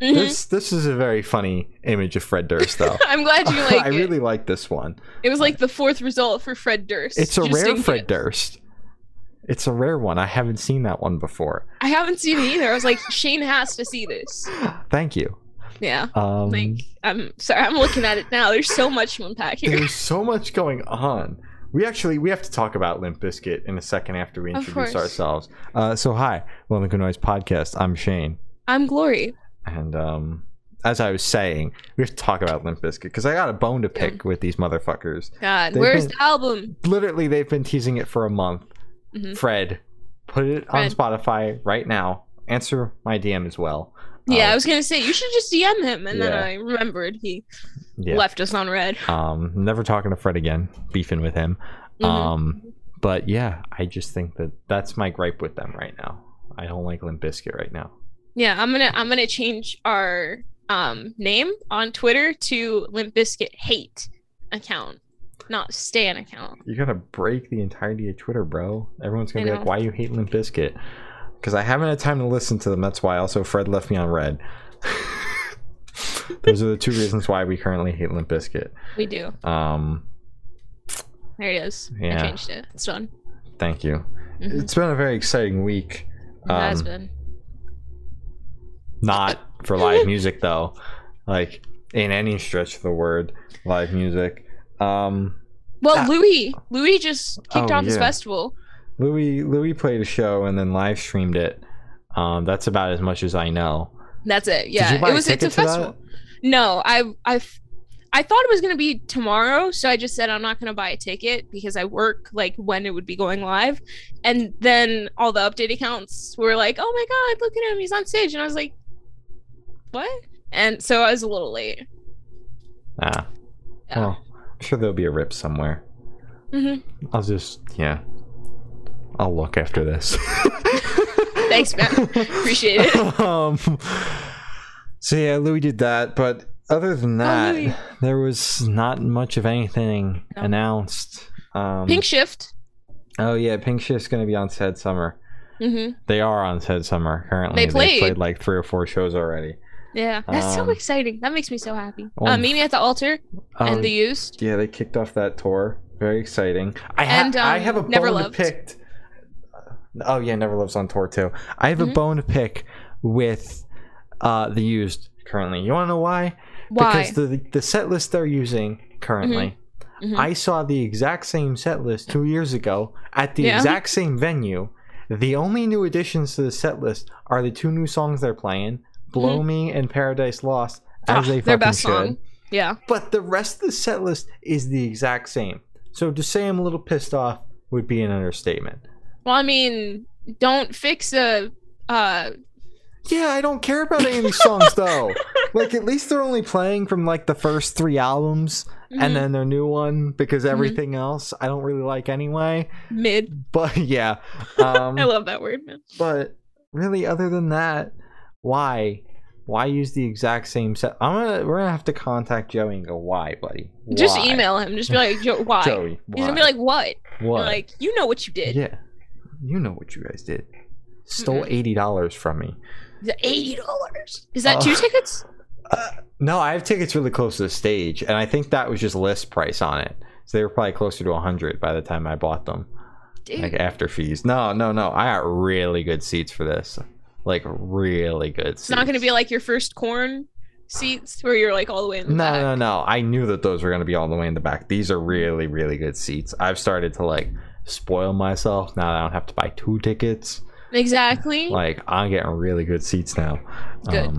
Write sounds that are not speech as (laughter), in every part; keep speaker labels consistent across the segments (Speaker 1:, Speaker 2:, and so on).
Speaker 1: Mhm.
Speaker 2: This this is a very funny image of Fred Durst though.
Speaker 1: (laughs) I'm glad
Speaker 2: (laughs)
Speaker 1: you like
Speaker 2: I
Speaker 1: it.
Speaker 2: really like this one.
Speaker 1: it was like the fourth result for Fred Durst.
Speaker 2: It's a
Speaker 1: Just
Speaker 2: rare
Speaker 1: in
Speaker 2: Fred
Speaker 1: case.
Speaker 2: Durst. It's a rare one. I haven't seen that one before.
Speaker 1: I haven't seen it either. I was like, Shane has to see this.
Speaker 2: Thank you.
Speaker 1: Yeah.
Speaker 2: Um,
Speaker 1: Like I'm sorry, I'm looking at it now. There's so much to unpack
Speaker 2: (laughs)
Speaker 1: here.
Speaker 2: There's so much going on. We actually we have to talk about Limp Biscuit in a second after we
Speaker 1: Of
Speaker 2: introduce
Speaker 1: course.
Speaker 2: ourselves. Uh, so hi, Welcome to Noise Podcast. I'm Shane,
Speaker 1: I'm Glory.
Speaker 2: and um, as I was saying, we have to talk about Limp Biscuit because I got a bone to pick with these motherfuckers.
Speaker 1: God,
Speaker 2: They've
Speaker 1: where's
Speaker 2: been-
Speaker 1: the album?
Speaker 2: Literally, they've been teasing it for a month.
Speaker 1: Mhm.
Speaker 2: Fred, put it on
Speaker 1: Fred.
Speaker 2: Spotify right now. Answer my DM as well.
Speaker 1: Yeah, I
Speaker 2: Um,
Speaker 1: was gonna say you should just DM him, and then
Speaker 2: yeah.
Speaker 1: I remembered he
Speaker 2: yeah.
Speaker 1: left us on red.
Speaker 2: Um, never talking to Fred again, beefing with him.
Speaker 1: Mhm.
Speaker 2: Um, but yeah, I just think that that's my gripe with them right now. I don't like Limp Bizkit right now.
Speaker 1: Yeah, I'm gonna I'm gonna change our um name on Twitter to Limp Biscuit Hate account, not Stan account.
Speaker 2: You're gonna break the entirety of Twitter, bro. Everyone's
Speaker 1: I
Speaker 2: gonna be
Speaker 1: know.
Speaker 2: like, "Why you hate Limp Bizkit?" Because I haven't had time to listen to them. That's why. Also, Fred left me on red. (laughs) Those are the two reasons why we currently hate Limp Bizkit.
Speaker 1: We do.
Speaker 2: Um,
Speaker 1: There it is. I
Speaker 2: Yeah.
Speaker 1: changed it. It's done.
Speaker 2: thank you.
Speaker 1: Mhm.
Speaker 2: It's been a very exciting week.
Speaker 1: It has
Speaker 2: Um,
Speaker 1: been.
Speaker 2: not for live (laughs) music though like in any stretch of the word live music um
Speaker 1: Well,
Speaker 2: ah.
Speaker 1: Louis Louis just kicked
Speaker 2: Oh,
Speaker 1: off his
Speaker 2: yeah.
Speaker 1: festival.
Speaker 2: louis louis played a show and then live streamed it um that's about as much as i know
Speaker 1: That's it.
Speaker 2: Did you
Speaker 1: Yeah,
Speaker 2: buy
Speaker 1: it
Speaker 2: a
Speaker 1: was. It's a
Speaker 2: ticket to that?
Speaker 1: festival. No, I I f- I thought it was gonna be tomorrow, so I just said I'm not gonna buy a ticket because I work like when it would be going live, and then all the update accounts were like, "Oh my god, look at him, he's on stage," and I was like, "What?" And so I was a little late.
Speaker 2: ah
Speaker 1: Yeah.
Speaker 2: well i'm sure there'll be a rip somewhere
Speaker 1: hmm
Speaker 2: i'll just yeah i'll look after this
Speaker 1: (laughs) Thanks, man. Appreciate it.
Speaker 2: (laughs) um so yeah louis did that but other than that
Speaker 1: Oh, Louis.
Speaker 2: there was not much of anything
Speaker 1: No.
Speaker 2: announced um
Speaker 1: Pink shift.
Speaker 2: Oh yeah, Pink Shift's gonna be on Said Summer.
Speaker 1: hmm
Speaker 2: They are on Said Summer currently.
Speaker 1: They
Speaker 2: They've
Speaker 1: played.
Speaker 2: played like three or four shows already.
Speaker 1: Yeah, that's so
Speaker 2: Um,
Speaker 1: exciting. That makes me so happy.
Speaker 2: well,
Speaker 1: uh, meet me at the altar
Speaker 2: Um,
Speaker 1: and the used.
Speaker 2: yeah, they kicked off that tour. Very exciting. I, ha-
Speaker 1: And,
Speaker 2: I
Speaker 1: um,
Speaker 2: have a
Speaker 1: Never
Speaker 2: bone
Speaker 1: Loved.
Speaker 2: to pick. Oh yeah, Never Loves on tour too. I have a
Speaker 1: Mhm.
Speaker 2: bone to pick with uh, the used currently. You want to know why?
Speaker 1: Why?
Speaker 2: Because the the set list they're using currently.
Speaker 1: Mhm.
Speaker 2: I saw the exact same set list two years ago at the
Speaker 1: Yeah.
Speaker 2: exact same venue. The only new additions to the set list are the two new songs they're playing, "Blow Me" and "Paradise Lost," as
Speaker 1: Mm-hmm. Ah,
Speaker 2: they
Speaker 1: their
Speaker 2: fucking
Speaker 1: best
Speaker 2: should.
Speaker 1: song. Yeah.
Speaker 2: But the rest of the set list is the exact same. So to say I'm a little pissed off would be an understatement.
Speaker 1: Well, I mean, don't fix a. Uh,
Speaker 2: Yeah, I don't care about any of
Speaker 1: (laughs)
Speaker 2: these songs though. Like at least they're only playing from like the first three albums
Speaker 1: Mm-hmm.
Speaker 2: and then their new one because everything else I don't really like anyway. (laughs)
Speaker 1: mid. (laughs)
Speaker 2: But yeah. Um
Speaker 1: I love that word, man.
Speaker 2: but really other than that, why? Why use the exact same set? I'm gonna we're gonna have to contact Joey and go, why, buddy?
Speaker 1: Just
Speaker 2: Why?
Speaker 1: email him. Just be like, "Jo- why?
Speaker 2: Joey. Why?
Speaker 1: He's gonna be like, what?
Speaker 2: what?
Speaker 1: You're like, you know what you did.
Speaker 2: Yeah. You know what you guys did. Stole eighty dollars from me.
Speaker 1: The eighty dollars. Is that
Speaker 2: Oh.
Speaker 1: two tickets?
Speaker 2: No, I have tickets really close to the stage, and I think that was just list price on it. So they were probably closer to hundred by the time I bought them,
Speaker 1: Dude,
Speaker 2: like after fees. No, no, no. I got really good seats for this, like really good.
Speaker 1: it's not gonna be like your first corn seats where you're like all the way in the
Speaker 2: No,
Speaker 1: back.
Speaker 2: no, no. I knew that those were gonna be all the way in the back. These are really, really good seats. I've started to like spoil myself now. That I don't have to buy two tickets.
Speaker 1: Exactly.
Speaker 2: Like I'm getting really good seats now. Um,
Speaker 1: Good.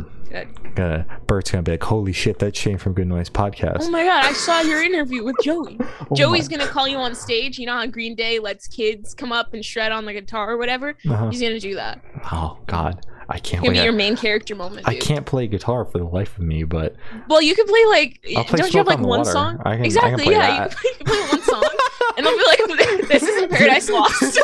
Speaker 1: Good.
Speaker 2: gonna Bert's gonna be like, holy shit, that's Shane from Good Noise
Speaker 1: Oh
Speaker 2: Podcast.
Speaker 1: my god, I saw your interview with Joey.
Speaker 2: Oh my-
Speaker 1: Joey's gonna call you on stage. You know how Green Day lets kids come up and shred on the guitar or whatever.
Speaker 2: Uh-huh.
Speaker 1: He's gonna do that. It's
Speaker 2: Oh god, I can't.
Speaker 1: gonna
Speaker 2: Wait.
Speaker 1: be your
Speaker 2: I,
Speaker 1: main character moment.
Speaker 2: I
Speaker 1: Dude.
Speaker 2: can't play guitar for the life of me, but
Speaker 1: Well, you could play like.
Speaker 2: I'll play
Speaker 1: don't you have
Speaker 2: Smoke
Speaker 1: like
Speaker 2: on the
Speaker 1: one
Speaker 2: Water.
Speaker 1: song?
Speaker 2: I can- I can
Speaker 1: exactly.
Speaker 2: play
Speaker 1: yeah,
Speaker 2: that.
Speaker 1: You, you can play one song, (laughs) and they'll be like, (laughs) "This
Speaker 2: (laughs)
Speaker 1: isn't Paradise Lost."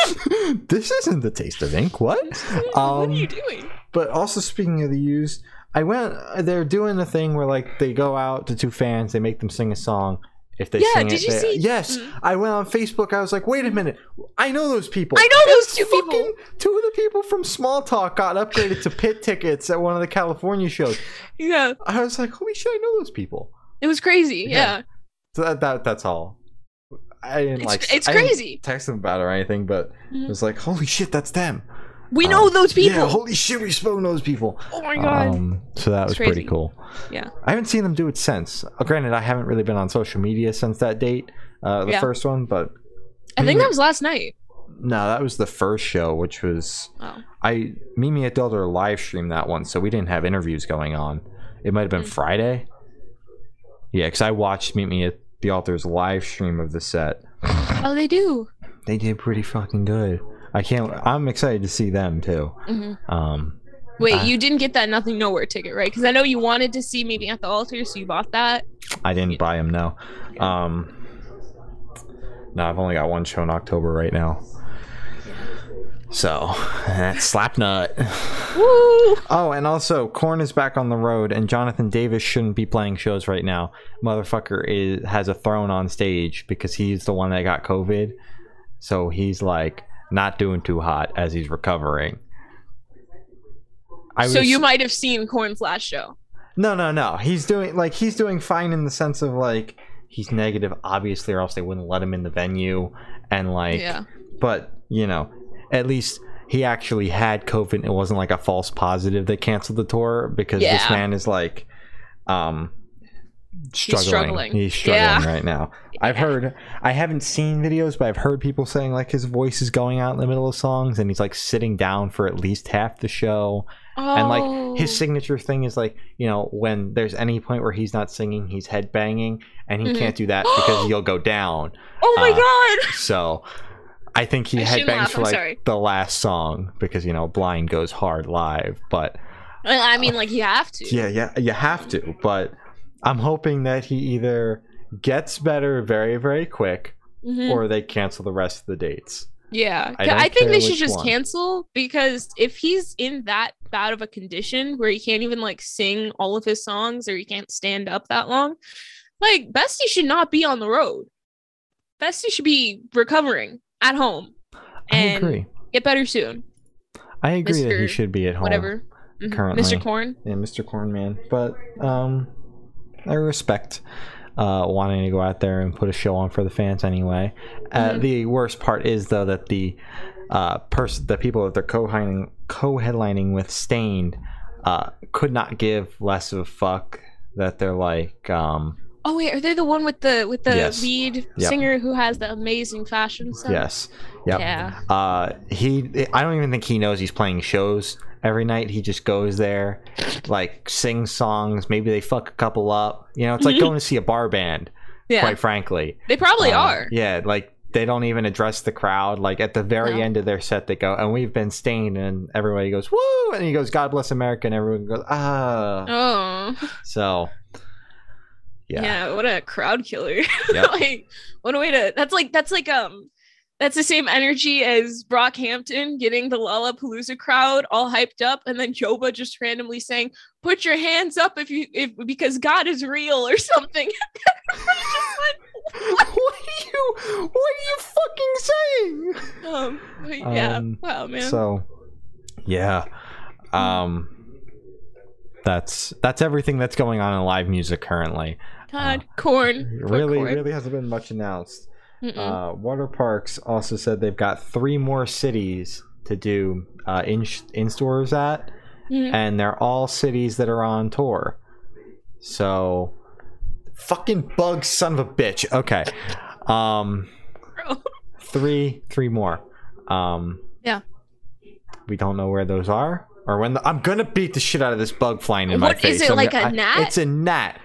Speaker 1: (laughs)
Speaker 2: this isn't the taste of ink. What?
Speaker 1: (laughs) what
Speaker 2: Um,
Speaker 1: are you doing?
Speaker 2: But also speaking of the used, I went. They're doing a thing where like they go out to two fans, they make them sing a song, if they
Speaker 1: Yeah,
Speaker 2: sing
Speaker 1: did
Speaker 2: it
Speaker 1: you
Speaker 2: there.
Speaker 1: see-
Speaker 2: Yes,
Speaker 1: Mhm.
Speaker 2: I went on Facebook. I was like, wait a minute, I know those people.
Speaker 1: I know those
Speaker 2: It's
Speaker 1: two people.
Speaker 2: fucking- Two of the people from Small Talk got upgraded to pit tickets at one of the California shows.
Speaker 1: Yeah,
Speaker 2: I was like, holy shit, I know those people.
Speaker 1: it was crazy.
Speaker 2: Yeah.
Speaker 1: Yeah,
Speaker 2: So that, that that's all. I didn't
Speaker 1: it's
Speaker 2: like.
Speaker 1: it's
Speaker 2: I didn't
Speaker 1: crazy.
Speaker 2: text them about it or anything, but it
Speaker 1: Mhm.
Speaker 2: was like, holy shit, that's them.
Speaker 1: We
Speaker 2: um,
Speaker 1: know those people.
Speaker 2: Yeah, holy shit, we spoke to those people.
Speaker 1: oh my god.
Speaker 2: Um, so that was
Speaker 1: It's
Speaker 2: pretty
Speaker 1: crazy.
Speaker 2: cool.
Speaker 1: Yeah.
Speaker 2: I haven't seen them do it since. Uh, granted, I haven't really been on social media since that date, uh, the
Speaker 1: Yeah.
Speaker 2: first one, but
Speaker 1: I think
Speaker 2: Mimi-
Speaker 1: that was last night.
Speaker 2: no, that was the first show, which was
Speaker 1: Oh.
Speaker 2: I Mimi at Delta live streamed that one, so we didn't have interviews going on. It might have been
Speaker 1: Mm.
Speaker 2: Friday. Yeah, because I watched Meet Me at the Altar's live stream of the set.
Speaker 1: Oh, they do.
Speaker 2: They did pretty fucking good. I can't. I'm excited to see them too.
Speaker 1: Mhm.
Speaker 2: Um,
Speaker 1: Wait,
Speaker 2: I-
Speaker 1: you didn't get that nothing nowhere ticket, right? Because I know you wanted to see maybe at the altar, so you bought that.
Speaker 2: I didn't buy them. No. Um, no, I've only got one show in October right now. So (laughs) that's Slapnut.
Speaker 1: Woo!
Speaker 2: Oh, and also, Korn is back on the road, and Jonathan Davis shouldn't be playing shows right now. Motherfucker is has a throne on stage because he's the one that got COVID, so he's like not doing too hot as he's recovering. I
Speaker 1: So
Speaker 2: was-
Speaker 1: you might have seen Corn's last show.
Speaker 2: no, no, no. He's doing like he's doing fine in the sense of like he's negative, obviously, or else they wouldn't let him in the venue. And like,
Speaker 1: yeah.
Speaker 2: but you know, at least he actually had COVID. It wasn't like a false positive that canceled the tour because this
Speaker 1: Yeah.
Speaker 2: man is like, um, struggling. He's struggling,
Speaker 1: struggling. Yeah. (laughs)
Speaker 2: right now. I've heard, I haven't seen videos, but I've heard people saying like his voice is going out in the middle of songs, and he's like sitting down for at least half the show
Speaker 1: Oh.
Speaker 2: and like his signature thing is like you know when there's any point where he's not singing he's head banging and he
Speaker 1: Mhm.
Speaker 2: can't
Speaker 1: (gasps)
Speaker 2: do that because he'll go down
Speaker 1: Oh my
Speaker 2: uh,
Speaker 1: god!
Speaker 2: so i think he
Speaker 1: I
Speaker 2: headbangs
Speaker 1: shouldn't laugh,
Speaker 2: for
Speaker 1: I'm
Speaker 2: like
Speaker 1: sorry.
Speaker 2: the last song because you know blind goes hard live but
Speaker 1: I I mean, like you have to.
Speaker 2: Oh. yeah yeah you have to but i'm hoping that he either gets better very very quick
Speaker 1: Mhm.
Speaker 2: or they cancel the rest of the dates
Speaker 1: Yeah,
Speaker 2: I
Speaker 1: I, I
Speaker 2: don't
Speaker 1: think
Speaker 2: care
Speaker 1: they should
Speaker 2: which
Speaker 1: just
Speaker 2: one.
Speaker 1: cancel because if he's in that bad of a condition where he can't even like sing all of his songs or he can't stand up that long, like Bestie should not be on the road. Bestie should be recovering at home
Speaker 2: i
Speaker 1: and
Speaker 2: agree
Speaker 1: get better soon.
Speaker 2: i agree that he
Speaker 1: Mr.
Speaker 2: should be at home
Speaker 1: Whatever. Mhm.
Speaker 2: currently.
Speaker 1: Mr. Corn.
Speaker 2: Yeah, Mr. Cornman. But um, I respect uh, wanting to go out there and put a show on for the fans anyway. Uh,
Speaker 1: Mhm.
Speaker 2: The worst part is though that the uh, person, the people that they're co-headlining, co-headlining with Stained, uh, could not give less of a fuck that they're like, um,
Speaker 1: Oh wait, are they the one with the with the
Speaker 2: Yes.
Speaker 1: lead
Speaker 2: Yep.
Speaker 1: singer who has the amazing fashion sense?
Speaker 2: yes, yep.
Speaker 1: Yeah.
Speaker 2: Uh, he, I don't even think he knows he's playing shows every night. He just goes there, like sings songs. Maybe they fuck a couple up. You know, it's like going to see a bar band.
Speaker 1: Mm-hmm. Yeah.
Speaker 2: Quite frankly,
Speaker 1: they probably
Speaker 2: Uh,
Speaker 1: are.
Speaker 2: Yeah, like they don't even address the crowd. Like at the very
Speaker 1: No.
Speaker 2: end of their set, they go, "And we've been stained," and everybody goes, "Woo!" And he goes, "God bless America," and everyone goes, "Ah."
Speaker 1: Oh.
Speaker 2: So,
Speaker 1: Yeah.
Speaker 2: yeah,
Speaker 1: what a crowd killer. (laughs)
Speaker 2: Yep.
Speaker 1: like what a way to that's like that's like um that's the same energy as Brockhampton getting the Lollapalooza crowd all hyped up and then Joba just randomly saying, "Put your hands up if you if because God is real" or (laughs) something.
Speaker 2: (laughs) what are you? What are you fucking saying?
Speaker 1: um but yeah.
Speaker 2: Um,
Speaker 1: wow, man.
Speaker 2: So, yeah, um, that's that's everything that's going on in live music currently.
Speaker 1: God, corn. Poor
Speaker 2: uh, really,
Speaker 1: corn.
Speaker 2: really hasn't been much announced.
Speaker 1: Mm-mm. (laughs)
Speaker 2: Uh, Water Parks also said they've got three more cities to do uh, in in stores at,
Speaker 1: Mhm.
Speaker 2: and they're all cities that are on tour. So, fucking bug, son of a bitch.
Speaker 1: (laughs)
Speaker 2: Okay, um,
Speaker 1: Bro.
Speaker 2: three, three more. Um,
Speaker 1: Yeah.
Speaker 2: We don't know where those are or when. The, I'm gonna beat the shit out of this bug flying in my
Speaker 1: What is
Speaker 2: face.
Speaker 1: it,
Speaker 2: I'm
Speaker 1: like
Speaker 2: gonna-
Speaker 1: a
Speaker 2: I-
Speaker 1: gnat?
Speaker 2: It's a gnat.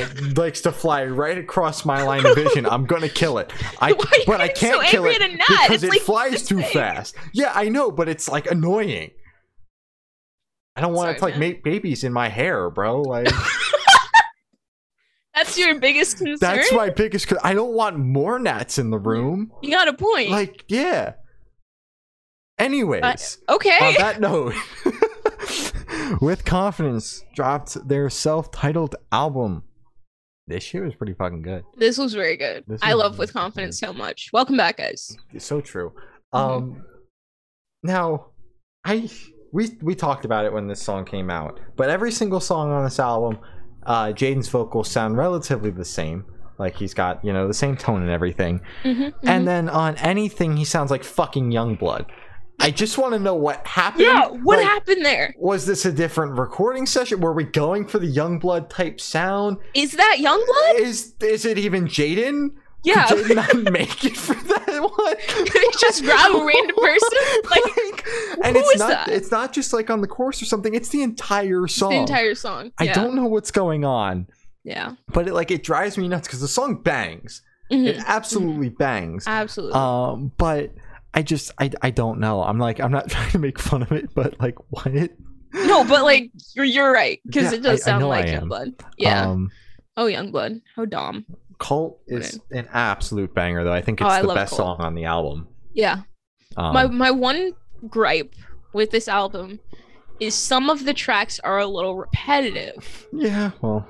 Speaker 1: (laughs)
Speaker 2: it likes to fly right across my line of vision. I'm gonna kill it.
Speaker 1: (laughs)
Speaker 2: I
Speaker 1: Why are you
Speaker 2: but I
Speaker 1: getting
Speaker 2: can't
Speaker 1: so
Speaker 2: kill
Speaker 1: angry
Speaker 2: it
Speaker 1: at a gnat? It's
Speaker 2: because it
Speaker 1: like
Speaker 2: flies
Speaker 1: this
Speaker 2: too
Speaker 1: big.
Speaker 2: fast. Yeah, I know, but it's like annoying. I don't want
Speaker 1: Sorry,
Speaker 2: it to like
Speaker 1: man.
Speaker 2: make babies in my
Speaker 1: (laughs)
Speaker 2: hair, bro. Like
Speaker 1: That's your biggest concern.
Speaker 2: that's my biggest. con- I don't want more gnats in the room.
Speaker 1: you got a point.
Speaker 2: Like yeah. Anyways.
Speaker 1: okay.
Speaker 2: on that note, (laughs) with confidence dropped their self-titled album This year was pretty fucking good.
Speaker 1: This was very good.
Speaker 2: This
Speaker 1: I
Speaker 2: was
Speaker 1: love with
Speaker 2: really good.
Speaker 1: confidence so much. Welcome back, guys.
Speaker 2: It's so true.
Speaker 1: Mm-hmm.
Speaker 2: Um, now I we we talked about it when this song came out, but every single song on this album, uh, Jaden's vocals sound relatively the same. Like he's got you know the same tone and everything.
Speaker 1: Mhm, mhm.
Speaker 2: And then on anything, he sounds like fucking Youngblood. I just want to know what happened.
Speaker 1: yeah, what
Speaker 2: Like,
Speaker 1: happened there?
Speaker 2: Was this a different recording session? Were we going for the Youngblood type sound?
Speaker 1: Is that Youngblood?
Speaker 2: Is is it even Jaden?
Speaker 1: Yeah, (laughs)
Speaker 2: (laughs) Did Jaden not make it for that (laughs) one?
Speaker 1: Did he
Speaker 2: (laughs)
Speaker 1: just grab a random person? Like,
Speaker 2: and
Speaker 1: who
Speaker 2: it's
Speaker 1: is
Speaker 2: not
Speaker 1: that?
Speaker 2: it's not just like on the course or something. It's the entire
Speaker 1: the
Speaker 2: song.
Speaker 1: entire song.
Speaker 2: I
Speaker 1: yeah.
Speaker 2: don't know what's going on,
Speaker 1: Yeah.
Speaker 2: but it like it drives me nuts because the song bangs.
Speaker 1: Mhm.
Speaker 2: It absolutely bangs.
Speaker 1: Absolutely.
Speaker 2: Um, but I just I I don't know. I'm like I'm not (laughs) trying to make fun of it, but like what?
Speaker 1: no, but like you're you're right because
Speaker 2: Yeah,
Speaker 1: it does
Speaker 2: I- I
Speaker 1: sound
Speaker 2: know
Speaker 1: like
Speaker 2: I am.
Speaker 1: Youngblood. Yeah.
Speaker 2: Um,
Speaker 1: oh, Youngblood. How dumb.
Speaker 2: Cult is an absolute banger though. I think
Speaker 1: Oh,
Speaker 2: it's
Speaker 1: I
Speaker 2: the
Speaker 1: love
Speaker 2: best
Speaker 1: Cult.
Speaker 2: song on the album.
Speaker 1: Yeah.
Speaker 2: Um,
Speaker 1: my my one gripe with this album is some of the tracks are a little repetitive.
Speaker 2: yeah, well,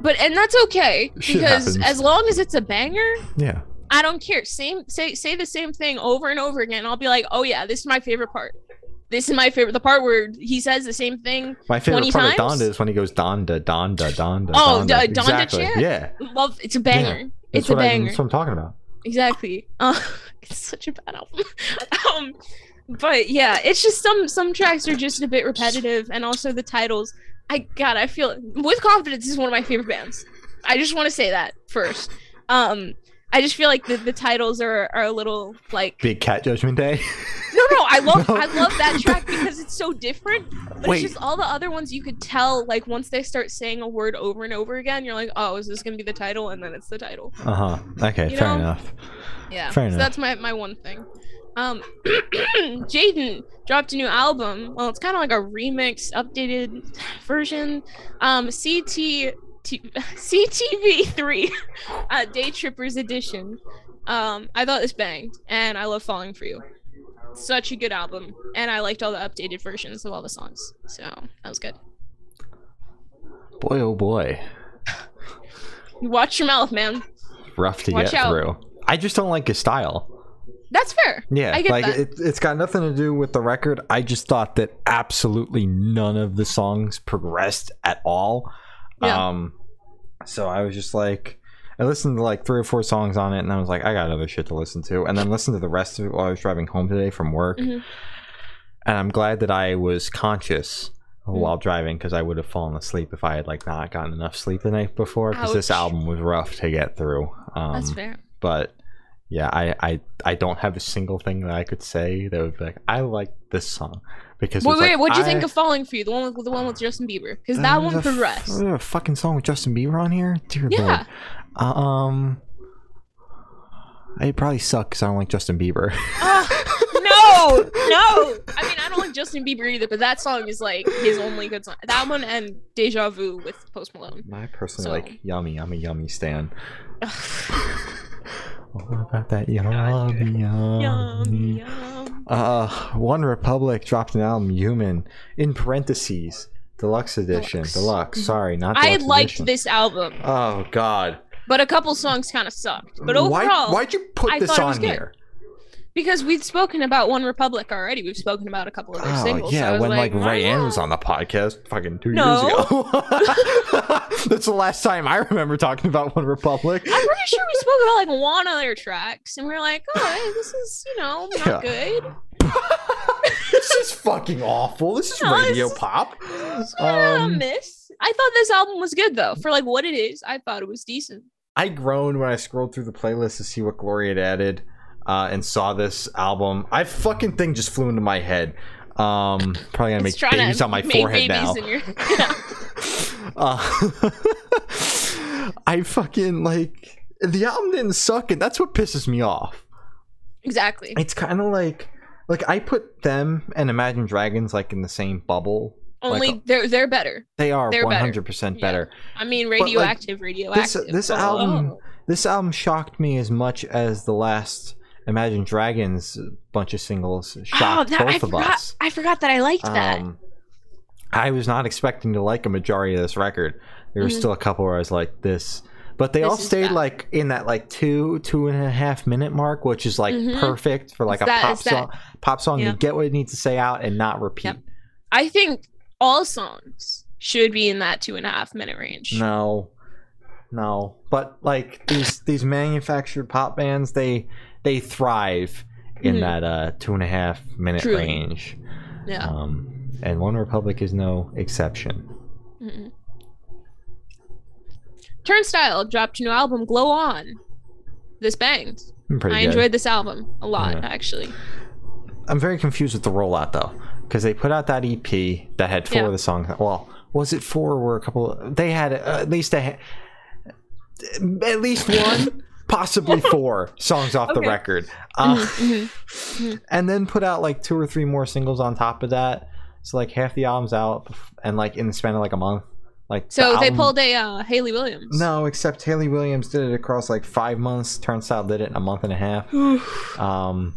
Speaker 1: But and that's okay
Speaker 2: Shit
Speaker 1: because
Speaker 2: happens.
Speaker 1: as long as it's a banger,
Speaker 2: yeah.
Speaker 1: I don't care. Same say say the same thing over and over again. I'll be like, "Oh yeah, this is my favorite part." This is my favorite the part where he says the same thing.
Speaker 2: My
Speaker 1: 20
Speaker 2: favorite part
Speaker 1: times?
Speaker 2: of Donda is when he goes Donda, Donda, Donda.
Speaker 1: Oh,
Speaker 2: Donda,
Speaker 1: the Donda
Speaker 2: exactly.
Speaker 1: chant?
Speaker 2: Yeah,
Speaker 1: Love it's a banger.
Speaker 2: that's
Speaker 1: it's a
Speaker 2: what I-
Speaker 1: banger.
Speaker 2: that's what I'm talking about.
Speaker 1: Exactly. (laughs) Uh, it's such a bad album. (laughs) um, but yeah, it's just some some tracks are just a bit repetitive, and also the titles. I God, I feel with confidence is one of my favorite bands. I just want to say that first. Um, I just feel like the, the titles are are a little like
Speaker 2: Big Cat Judgment Day. (laughs)
Speaker 1: no no I love
Speaker 2: No.
Speaker 1: I love that
Speaker 2: (laughs)
Speaker 1: track because it's so different. But
Speaker 2: Wait.
Speaker 1: it's just all the other ones you could tell like once they start saying a word over and over again, you're like, oh, is this gonna be the title? And then it's the title.
Speaker 2: Uh huh. Okay,
Speaker 1: You
Speaker 2: fair
Speaker 1: know?
Speaker 2: enough.
Speaker 1: Yeah.
Speaker 2: Fair
Speaker 1: so
Speaker 2: enough.
Speaker 1: that's my, my one thing. Um (clears throat) Jaden dropped a new album. Well, it's kind of like a remix updated version. Um CT T- (laughs) CTV3 (laughs) uh, Day Trippers edition. Um I thought this banged and I love Falling for You. Such a good album and I liked all the updated versions of all the songs. So, that was good.
Speaker 2: Boy, oh boy,
Speaker 1: Watch your mouth, man.
Speaker 2: rough to
Speaker 1: Watch
Speaker 2: get
Speaker 1: out.
Speaker 2: through. I just don't like his style.
Speaker 1: That's fair.
Speaker 2: Yeah,
Speaker 1: I get
Speaker 2: like
Speaker 1: that.
Speaker 2: It, it's got nothing to do with the record. I just thought that absolutely none of the songs progressed at all.
Speaker 1: Yeah.
Speaker 2: Um, so I was just like, I listened to like three or four songs on it, and I was like, I got other shit to listen to, and then listened to the rest of it while I was driving home today from work.
Speaker 1: Mhm.
Speaker 2: And I'm glad that I was conscious
Speaker 1: Mm.
Speaker 2: while driving because I would have fallen asleep if I had like not gotten enough sleep the night before because this
Speaker 1: Ouch.
Speaker 2: album was rough to get through. Um,
Speaker 1: That's fair.
Speaker 2: but yeah, I, I I don't have a single thing that I could say that would be like I like this song because
Speaker 1: Wait,
Speaker 2: it's
Speaker 1: wait,
Speaker 2: like,
Speaker 1: what'd you
Speaker 2: I-
Speaker 1: think of Falling for You? The one with the one with Justin Bieber, because
Speaker 2: Uh,
Speaker 1: that one
Speaker 2: there's a f-
Speaker 1: progressed.
Speaker 2: there's a fucking song with Justin Bieber on here, dear
Speaker 1: Yeah.
Speaker 2: lord. Um, it probably sucks. I don't like Justin Bieber. (laughs)
Speaker 1: Ah, no, no. I mean, I don't like Justin Bieber either, but that song is like his only good song. That one and Deja Vu with Post Malone. (laughs)
Speaker 2: I personally
Speaker 1: So-
Speaker 2: like Yummy. I'm a Yummy (laughs) stan.
Speaker 1: Ugh,
Speaker 2: All about that Yummy,
Speaker 1: yum,
Speaker 2: Yummy.
Speaker 1: yum.
Speaker 2: Uh, One Republic dropped an album, Human, in parentheses, deluxe edition,
Speaker 1: Deluxe.
Speaker 2: deluxe. sorry, not.
Speaker 1: I
Speaker 2: deluxe
Speaker 1: liked
Speaker 2: edition.
Speaker 1: this album,
Speaker 2: Oh God!
Speaker 1: but a couple songs kind of sucked. But overall,
Speaker 2: why, why'd you put
Speaker 1: I
Speaker 2: this
Speaker 1: thought it was
Speaker 2: on
Speaker 1: good.
Speaker 2: here?
Speaker 1: because we'd spoken about One Republic already, we've spoken about a couple of their singles. so I
Speaker 2: Oh, Ah, yeah,
Speaker 1: was
Speaker 2: when like,
Speaker 1: like,
Speaker 2: Ryan
Speaker 1: "Ah."
Speaker 2: was on the podcast fucking two
Speaker 1: No.
Speaker 2: years ago.
Speaker 1: (laughs)
Speaker 2: That's the last time I remember talking about One Republic.
Speaker 1: I'm pretty sure we spoke about like one of their tracks, and we are like, "Oh, this is you know not
Speaker 2: Yeah.
Speaker 1: good."
Speaker 2: this is fucking awful. This is
Speaker 1: No, this
Speaker 2: radio
Speaker 1: is-
Speaker 2: pop.
Speaker 1: It's not a
Speaker 2: Um,
Speaker 1: miss. I thought this album was good though. For like what it is, I thought it was decent.
Speaker 2: I groaned when I scrolled through the playlist to see what Glory had added uh, and saw this album. I fucking thing just flew into my head. Um, probably gonna
Speaker 1: It's
Speaker 2: make
Speaker 1: trying
Speaker 2: babies
Speaker 1: to
Speaker 2: on my
Speaker 1: make
Speaker 2: forehead
Speaker 1: babies
Speaker 2: now.
Speaker 1: in your- (laughs) Yeah.
Speaker 2: (laughs) Uh, I fucking like the album didn't suck, and that's what pisses me off.
Speaker 1: exactly.
Speaker 2: It's kind of like like I put them and Imagine Dragons like in the same bubble.
Speaker 1: Only
Speaker 2: like,
Speaker 1: they're they're better.
Speaker 2: They are
Speaker 1: They're
Speaker 2: one
Speaker 1: better.
Speaker 2: hundred percent
Speaker 1: Yeah.
Speaker 2: better.
Speaker 1: I mean,
Speaker 2: like,
Speaker 1: radioactive, radioactive.
Speaker 2: this
Speaker 1: Oh.
Speaker 2: album- This album shocked me as much as the last Imagine Dragons bunch of singles
Speaker 1: Oh,
Speaker 2: shocked
Speaker 1: that,
Speaker 2: both
Speaker 1: I
Speaker 2: of
Speaker 1: forgot.
Speaker 2: us.
Speaker 1: I forgot that I liked that.
Speaker 2: Um, I was not expecting to like a majority of this record. There was
Speaker 1: Mhm.
Speaker 2: still a couple where I was like, "This." But they all
Speaker 1: This is
Speaker 2: stayed
Speaker 1: bad.
Speaker 2: like in that like two two and a half minute mark, which is like
Speaker 1: Mhm.
Speaker 2: perfect for like
Speaker 1: It's
Speaker 2: a
Speaker 1: that-
Speaker 2: pop
Speaker 1: it's that-
Speaker 2: song. Pop song,
Speaker 1: Yeah.
Speaker 2: you get what it needs to say out and not repeat.
Speaker 1: Yep. I think all songs should be in that two and a half minute range.
Speaker 2: No, no. But like these these manufactured pop bands, they they thrive in
Speaker 1: Mhm.
Speaker 2: that uh two and a half minute
Speaker 1: Truly.
Speaker 2: range.
Speaker 1: Yeah.
Speaker 2: Um, and One Republic is no exception.
Speaker 1: Mm-mm. Turnstile dropped a new album, Glow On. This banged.
Speaker 2: I'm pretty
Speaker 1: I
Speaker 2: good.
Speaker 1: enjoyed this album a lot,
Speaker 2: Yeah.
Speaker 1: actually.
Speaker 2: I'm very confused with the rollout though, because they put out that EP that had four
Speaker 1: Yeah.
Speaker 2: of the songs. Well, was it four? Or were a couple? They had uh, at least a, at
Speaker 1: (laughs)
Speaker 2: least one, possibly four songs off the
Speaker 1: Okay.
Speaker 2: record, uh,
Speaker 1: Mhm,
Speaker 2: and then put out like two or three more singles on top of that. So like half the album's out, bef- and like in the span of like a month, like the
Speaker 1: So they
Speaker 2: album-
Speaker 1: pulled a uh, Haley Williams.
Speaker 2: No, except Haley Williams did it across like five months. Turnstile did it in a month and a half um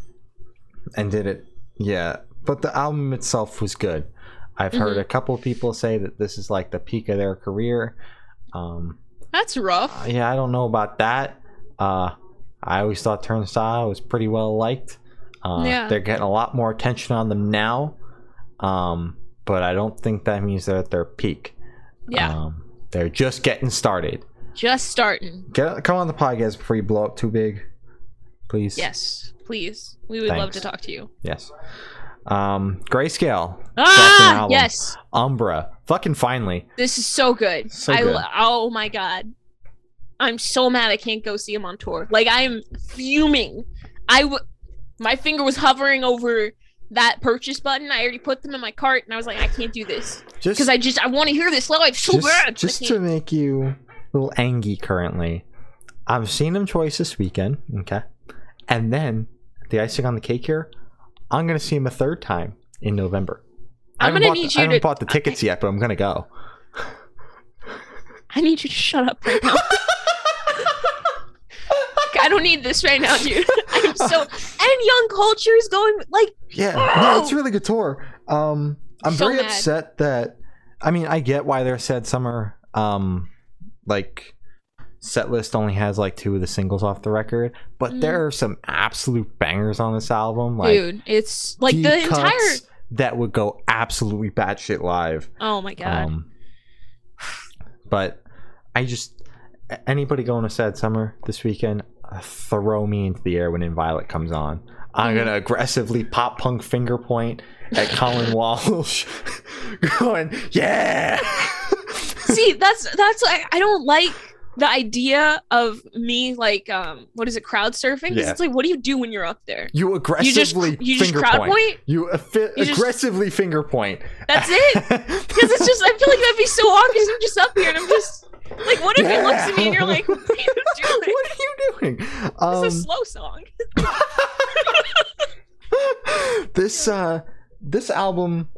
Speaker 2: and did it yeah but the album itself was good i've heard
Speaker 1: Mm-hmm.
Speaker 2: a couple people say that this is like the peak of their career um
Speaker 1: That's rough.
Speaker 2: yeah i don't know about that uh i always thought turnstile was pretty well liked uh
Speaker 1: Yeah.
Speaker 2: they're getting a lot more attention on them now um but i don't think that means they're at their peak
Speaker 1: Yeah.
Speaker 2: um, they're just getting started
Speaker 1: Just starting.
Speaker 2: get come on the podcast before you blow up too big please
Speaker 1: Yes. Please. We would love to
Speaker 2: Thanks.
Speaker 1: talk to you.
Speaker 2: Yes. Um, Grayscale,
Speaker 1: Ah,
Speaker 2: album.
Speaker 1: yes.
Speaker 2: Umbra, fucking finally.
Speaker 1: This is so good.
Speaker 2: So
Speaker 1: I
Speaker 2: good.
Speaker 1: lo- oh my god. I'm so mad I can't go see him on tour. Like I'm fuming. I w- my finger was hovering over that purchase button. I already put them in my cart and I was like I can't do this
Speaker 2: Just
Speaker 1: because I just I want to hear this live so
Speaker 2: just,
Speaker 1: bad. I
Speaker 2: just to
Speaker 1: can't.
Speaker 2: make you a little angy currently. I've seen him twice this weekend. Okay. And then the icing on the cake here, I'm gonna see him a third time in November. I
Speaker 1: I'm
Speaker 2: haven't
Speaker 1: gonna
Speaker 2: bought
Speaker 1: need
Speaker 2: the,
Speaker 1: you
Speaker 2: I haven't
Speaker 1: to-
Speaker 2: bought the tickets yet, but I'm gonna go.
Speaker 1: I need you to shut up right
Speaker 2: (laughs)
Speaker 1: now. Like, I don't need this right now, dude. (laughs) I'm so and Young Culture is going like
Speaker 2: Yeah, no, it's a really good tour. Um, I'm
Speaker 1: So
Speaker 2: very
Speaker 1: mad.
Speaker 2: upset that. I mean, I get why their said summer, um, like set list only has like two of the singles off the record, but
Speaker 1: Mhm.
Speaker 2: there are some absolute bangers on this album, like
Speaker 1: dude, it's like
Speaker 2: deep
Speaker 1: the entire
Speaker 2: cuts that would go absolutely batshit live.
Speaker 1: Oh my god.
Speaker 2: Um, but I just a- anybody going to Sad Summer this weekend, uh, throw me into the air when Inviolate comes on. I'm
Speaker 1: Mm.
Speaker 2: gonna aggressively pop punk finger point
Speaker 1: (laughs)
Speaker 2: at Colin Walsh, (laughs) going yeah. (laughs)
Speaker 1: See, that's that's like I don't like the idea of me like um what is it crowd surfing? 'Cause
Speaker 2: Yeah.
Speaker 1: It's like what do you do when you're up there?
Speaker 2: you
Speaker 1: You just
Speaker 2: aggressively
Speaker 1: you just
Speaker 2: finger
Speaker 1: crowd
Speaker 2: point.
Speaker 1: point.
Speaker 2: You, affi-
Speaker 1: You just-
Speaker 2: aggressively finger point.
Speaker 1: That's
Speaker 2: (laughs)
Speaker 1: it. Because it's just I feel like that'd be so obvious. I'm just up here and I'm just like, what if he looks at me and you're like, what are you
Speaker 2: (laughs) what are
Speaker 1: doing?
Speaker 2: you doing?
Speaker 1: It's
Speaker 2: Um,
Speaker 1: a slow song.
Speaker 2: (laughs) this uh this album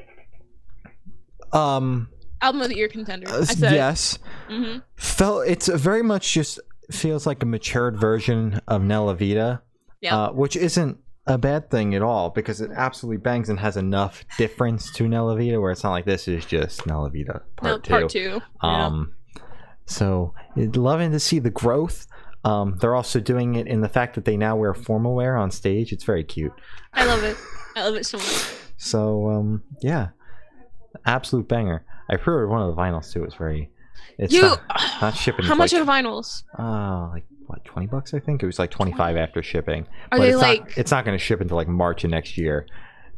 Speaker 2: um
Speaker 1: Album of the year contender.
Speaker 2: uh,
Speaker 1: I said. it.
Speaker 2: yes
Speaker 1: Mhm.
Speaker 2: felt it's a very much just feels like a matured version of Nella Vita
Speaker 1: Yeah.
Speaker 2: uh, which isn't a bad thing at all because it absolutely bangs and has enough difference to Nella Vita where it's not like this is just Nella Vita
Speaker 1: No,
Speaker 2: part,
Speaker 1: part two. Yeah.
Speaker 2: um, so it- loving to see the growth. Um, they're also doing it in the fact that they now wear formal wear on stage. It's very cute.
Speaker 1: I love it. I love it so much.
Speaker 2: So um, yeah, absolute banger. I pre-ordered one of the vinyls too. It's very. It's
Speaker 1: you.
Speaker 2: not, not
Speaker 1: (sighs)
Speaker 2: shipping.
Speaker 1: how
Speaker 2: it's
Speaker 1: much
Speaker 2: like,
Speaker 1: are the vinyls?
Speaker 2: Uh, like what, twenty bucks? I think it was like twenty-five after shipping.
Speaker 1: Are they
Speaker 2: it's
Speaker 1: like?
Speaker 2: Not, it's not going to ship until like March of next year.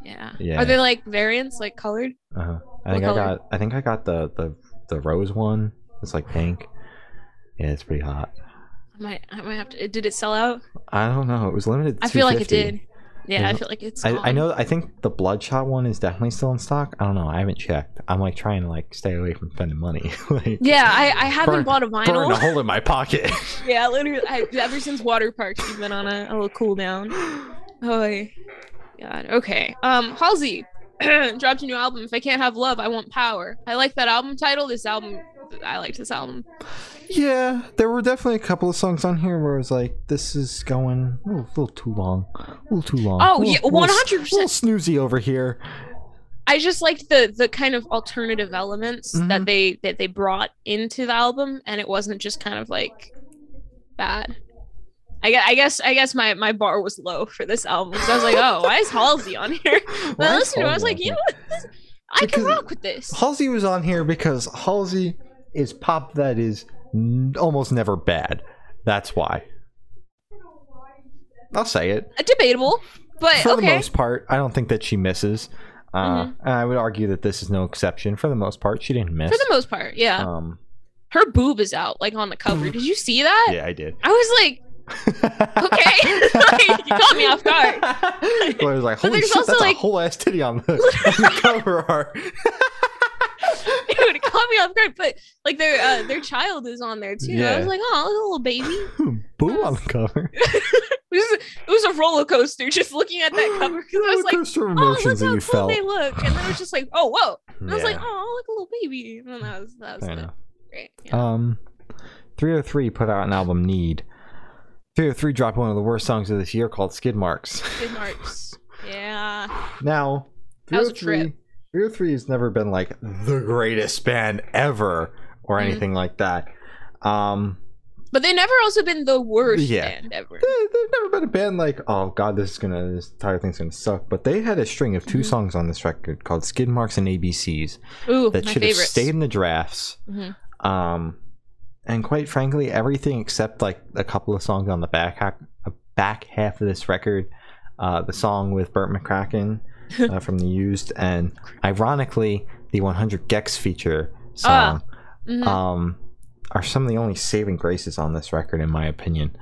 Speaker 1: yeah.
Speaker 2: Yeah.
Speaker 1: Are they like variants, like colored?
Speaker 2: Uh-huh. I
Speaker 1: What
Speaker 2: think I
Speaker 1: color?
Speaker 2: got. I think I got the the the rose one. It's like pink. Yeah, it's pretty hot.
Speaker 1: I might. I might have to. Did it sell out?
Speaker 2: I don't know. It was limited. To
Speaker 1: I feel like it
Speaker 2: 250.
Speaker 1: did. Yeah, I
Speaker 2: There's-
Speaker 1: feel like it's.
Speaker 2: I, I
Speaker 1: gone.
Speaker 2: know. I think the bloodshot one is definitely still in stock. I don't know. I haven't checked. I'm like trying to like stay away from spending money. (laughs) like
Speaker 1: Yeah, I, I haven't
Speaker 2: Burn-
Speaker 1: bought a
Speaker 2: burn a
Speaker 1: vinyl.
Speaker 2: hole in my pocket.
Speaker 1: (laughs) Yeah, literally. I, ever since Water Parks, we've been on a, a little cool
Speaker 2: (gasps)
Speaker 1: down. Oh, I- God. Okay. Um, Halsey (clears throat) dropped a new album. If I can't have love, I want power. I like that album title. This album, I liked this album.
Speaker 2: yeah, there were definitely a couple of songs on here where I was like, "This is going a little, little too long, a little too long."
Speaker 1: Oh,
Speaker 2: A little-
Speaker 1: yeah,
Speaker 2: a little s-
Speaker 1: 100%.
Speaker 2: little snoozy over here.
Speaker 1: I just liked the the kind of
Speaker 2: Mm-hmm.
Speaker 1: alternative elements that they that they brought into the album, and it wasn't just kind of like bad. I guess, I guess I guess my, my bar was low for this album. So I was like, oh, why is Halsey on here? But
Speaker 2: (laughs) Why
Speaker 1: I
Speaker 2: is
Speaker 1: listened to it, I was
Speaker 2: Halsey
Speaker 1: like,
Speaker 2: on
Speaker 1: you know what? This, I
Speaker 2: Because-
Speaker 1: can rock with this.
Speaker 2: Halsey was on here because Halsey is pop that is n- almost never bad. That's why. I'll say it.
Speaker 1: Uh, Debatable, but
Speaker 2: For the
Speaker 1: okay. Mm-hmm.
Speaker 2: most part, I don't think that she misses. Uh, and I would argue that this is no exception. For the most part, she didn't miss.
Speaker 1: for the most part, yeah.
Speaker 2: um,
Speaker 1: Her boob is out, like on the cover. Did you see that?
Speaker 2: Mm-hmm. yeah, I did.
Speaker 1: I was like, (laughs) okay, like, you caught me off guard.
Speaker 2: (laughs) Well, I was like,
Speaker 1: But
Speaker 2: holy
Speaker 1: there's
Speaker 2: shit,
Speaker 1: also,
Speaker 2: that's
Speaker 1: like-
Speaker 2: a whole ass titty on the,
Speaker 1: (laughs)
Speaker 2: on the cover art.
Speaker 1: Dude, it caught me off guard. But like their uh, their child is on there too. I
Speaker 2: Yeah.
Speaker 1: was like, oh, little baby.
Speaker 2: Boo on the cover.
Speaker 1: It was, it was a roller coaster just looking at
Speaker 2: (gasps)
Speaker 1: that cover because I was like,
Speaker 2: coaster
Speaker 1: oh, look how
Speaker 2: emotions that
Speaker 1: cool
Speaker 2: you felt.
Speaker 1: they look. And then it was just like, oh, whoa. And I was like,
Speaker 2: Yeah,
Speaker 1: oh, like a little baby. And then that was that was
Speaker 2: fair
Speaker 1: good.
Speaker 2: enough.
Speaker 1: great. Yeah.
Speaker 2: Um, 303 put out an album, Need. 303 dropped one of the worst songs of this year called Skid Marks.
Speaker 1: good marks. Yeah.
Speaker 2: (laughs) Now,
Speaker 1: That was a
Speaker 2: 303,
Speaker 1: trip.
Speaker 2: 303 has never been like the greatest band ever or
Speaker 1: Mhm.
Speaker 2: anything like that. Um,
Speaker 1: But they never also been the worst
Speaker 2: Yeah.
Speaker 1: band ever.
Speaker 2: they, they've never been a band like, oh god, this is gonna, this entire thing's gonna suck. But they had a string of 2
Speaker 1: Mhm.
Speaker 2: songs on this record called Skid Marks and ABCs
Speaker 1: Ooh,
Speaker 2: that
Speaker 1: my
Speaker 2: should have
Speaker 1: favorites.
Speaker 2: stayed in the drafts.
Speaker 1: Mhm.
Speaker 2: Um, and quite frankly, everything except like a couple of songs on the back ha- uh, back half of this record, uh, the song with Burt McCracken
Speaker 1: (laughs)
Speaker 2: uh, from the Used, and ironically the 100 Gex feature song,
Speaker 1: Mhm.
Speaker 2: um, are some of the only saving graces on this record, in my opinion.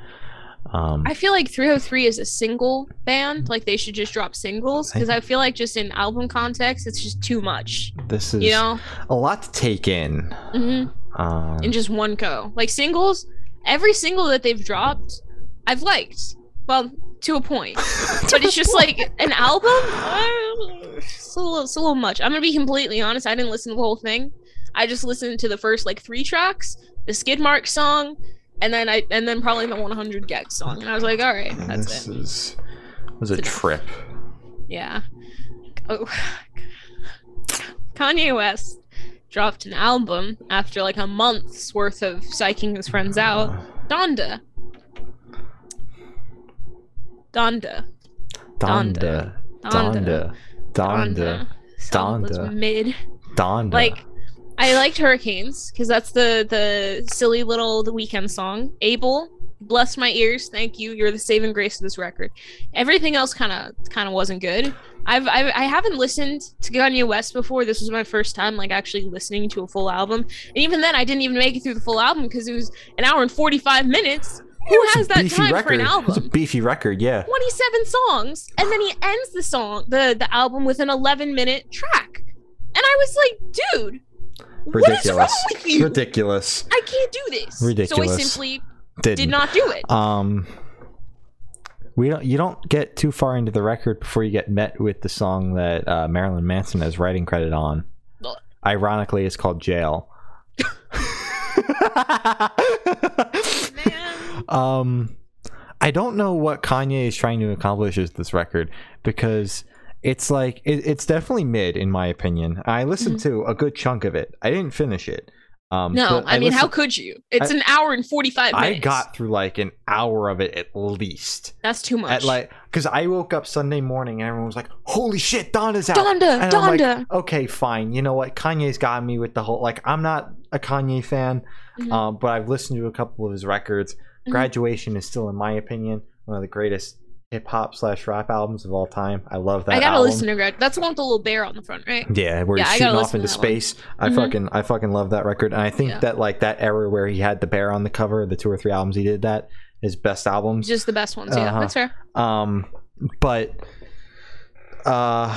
Speaker 2: Um,
Speaker 1: I feel like 303 is a single band. Like they should just drop singles because I feel like just in album context, it's just too much.
Speaker 2: this is
Speaker 1: You know,
Speaker 2: a lot to take in.
Speaker 1: hmm
Speaker 2: Um,
Speaker 1: in just one go. Like singles, every single that they've dropped, I've liked. Well, to a point, but it's just like an album. uh, It's a, little, it's a little much. I'm gonna be completely honest. I didn't listen to the whole thing. I just listened to the first like three tracks, the Skidmark song, and then I and then probably the 100 Gex song. And I was like, all right,
Speaker 2: and
Speaker 1: that's it.
Speaker 2: this is was a
Speaker 1: It's a-
Speaker 2: trip.
Speaker 1: Yeah. Oh. (sighs) Kanye West dropped an album after like a month's worth of psyching his friends out. Donda. Donda.
Speaker 2: Donda. Donda. Donda.
Speaker 1: Song was
Speaker 2: Donda.
Speaker 1: mid.
Speaker 2: Donda.
Speaker 1: Like, I liked Hurricanes because that's the the silly little the weekend song. Abel, bless my ears, thank you. You're the saving grace of this record. Everything else kind of kind of wasn't good. I've, I've I haven't listened to Kanye West before. This was my first time like actually listening to a full album, and even then I didn't even make it through the full album because it was an hour and forty five minutes. Who
Speaker 2: It's a
Speaker 1: has that
Speaker 2: beefy
Speaker 1: time
Speaker 2: record.
Speaker 1: for an
Speaker 2: It's a
Speaker 1: album?
Speaker 2: beefy record, yeah.
Speaker 1: 27 songs and then he ends the song the the album with an 11 minute track and i was like dude what is wrong
Speaker 2: Ridiculous.
Speaker 1: with you
Speaker 2: Ridiculous.
Speaker 1: i can't do this so i
Speaker 2: Ridiculous.
Speaker 1: simply
Speaker 2: Didn't.
Speaker 1: did not do it
Speaker 2: Um, we don't. You don't get too far into the record before you get met with the song that uh, Marilyn Manson has writing credit on.
Speaker 1: Well-
Speaker 2: Ironically, it's
Speaker 1: (laughs)
Speaker 2: called Jail. (laughs)
Speaker 1: man
Speaker 2: um, I don't know what Kanye is trying to accomplish with this record because it's like it, it's definitely mid in my opinion. I listened to a good chunk of it. I didn't finish it.
Speaker 1: Mm-hmm.
Speaker 2: Um,
Speaker 1: no
Speaker 2: but
Speaker 1: i, mean how
Speaker 2: listened-
Speaker 1: could you it's an hour and 45
Speaker 2: I
Speaker 1: minutes
Speaker 2: got through like an hour of it at least.
Speaker 1: that's too much
Speaker 2: At like, because I woke up Sunday morning and everyone was like, "Holy shit, Donda's out!"
Speaker 1: donda
Speaker 2: And I'm like,
Speaker 1: donda
Speaker 2: okay, fine. You know what? Kanye's got me with the whole like. I'm not a Kanye fan,
Speaker 1: Mhm.
Speaker 2: um, but I've listened to a couple of his records.
Speaker 1: Mhm.
Speaker 2: Graduation is still, in my opinion, one of the greatest hip hop slash rap albums of all time. I love that.
Speaker 1: i gotta
Speaker 2: album. Mm-hmm.
Speaker 1: listen to grad that's the one with the little bear on the front right
Speaker 2: Yeah, where
Speaker 1: Yeah, I
Speaker 2: he's
Speaker 1: gotta
Speaker 2: shooting off
Speaker 1: listen
Speaker 2: into
Speaker 1: to that one.
Speaker 2: space. I
Speaker 1: Mhm.
Speaker 2: fucking I fucking love that record, and I think
Speaker 1: Yeah.
Speaker 2: that like that era where he had the bear on the cover, the two or three albums he did that, his best albums.
Speaker 1: just the best ones yeah
Speaker 2: Uh-huh.
Speaker 1: that's fair
Speaker 2: Um, but uh,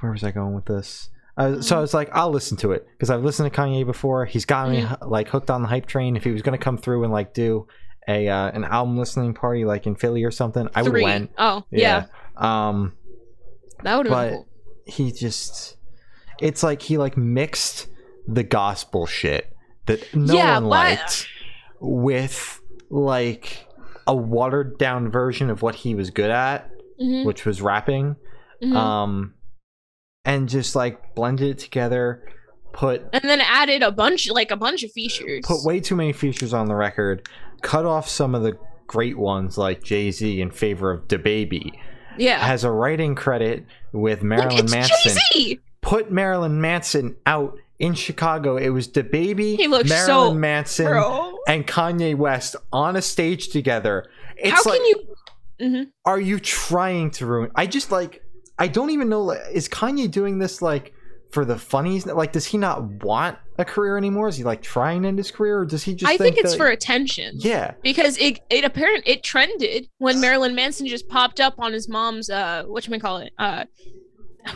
Speaker 2: where was I going with this? Uh, so I was like, I'll listen to it because I've listened to Kanye before. He's got me h- like hooked on the hype train. If he was gonna come through and like do a uh, an album listening party like in Philly or something, I would
Speaker 1: Three.
Speaker 2: went.
Speaker 1: Oh, yeah,
Speaker 2: yeah. Um,
Speaker 1: that would have
Speaker 2: but
Speaker 1: been cool
Speaker 2: he just it's like he like mixed the gospel shit that no
Speaker 1: Yeah,
Speaker 2: one
Speaker 1: but-
Speaker 2: liked with like a watered down version of what he was good at
Speaker 1: Mhm,
Speaker 2: which was rapping
Speaker 1: mhm.
Speaker 2: um and just like blended it together put
Speaker 1: and then added a bunch like a bunch of features.
Speaker 2: put way too many features on the record, cut off some of the great ones like Jay Z in favor of the baby.
Speaker 1: yeah,
Speaker 2: Has a writing credit with
Speaker 1: Look,
Speaker 2: Marilyn
Speaker 1: it's
Speaker 2: Manson.
Speaker 1: Jay-Z!
Speaker 2: Put Marilyn Manson out in Chicago. It was the baby,
Speaker 1: He looks
Speaker 2: Marilyn
Speaker 1: so-
Speaker 2: Manson,
Speaker 1: bro.
Speaker 2: and Kanye West on a stage together. It's
Speaker 1: How
Speaker 2: like,
Speaker 1: can you? hmm
Speaker 2: are you trying to ruin? I just like, I don't even know. Like, is Kanye doing this like for the funnies? Like, does he not want a career anymore? Is he like trying to end his career, or does he just?
Speaker 1: I think it's
Speaker 2: that-
Speaker 1: for attention.
Speaker 2: Yeah,
Speaker 1: Because it it apparent it trended when Marilyn Manson just popped up on his mom's uh what you call it uh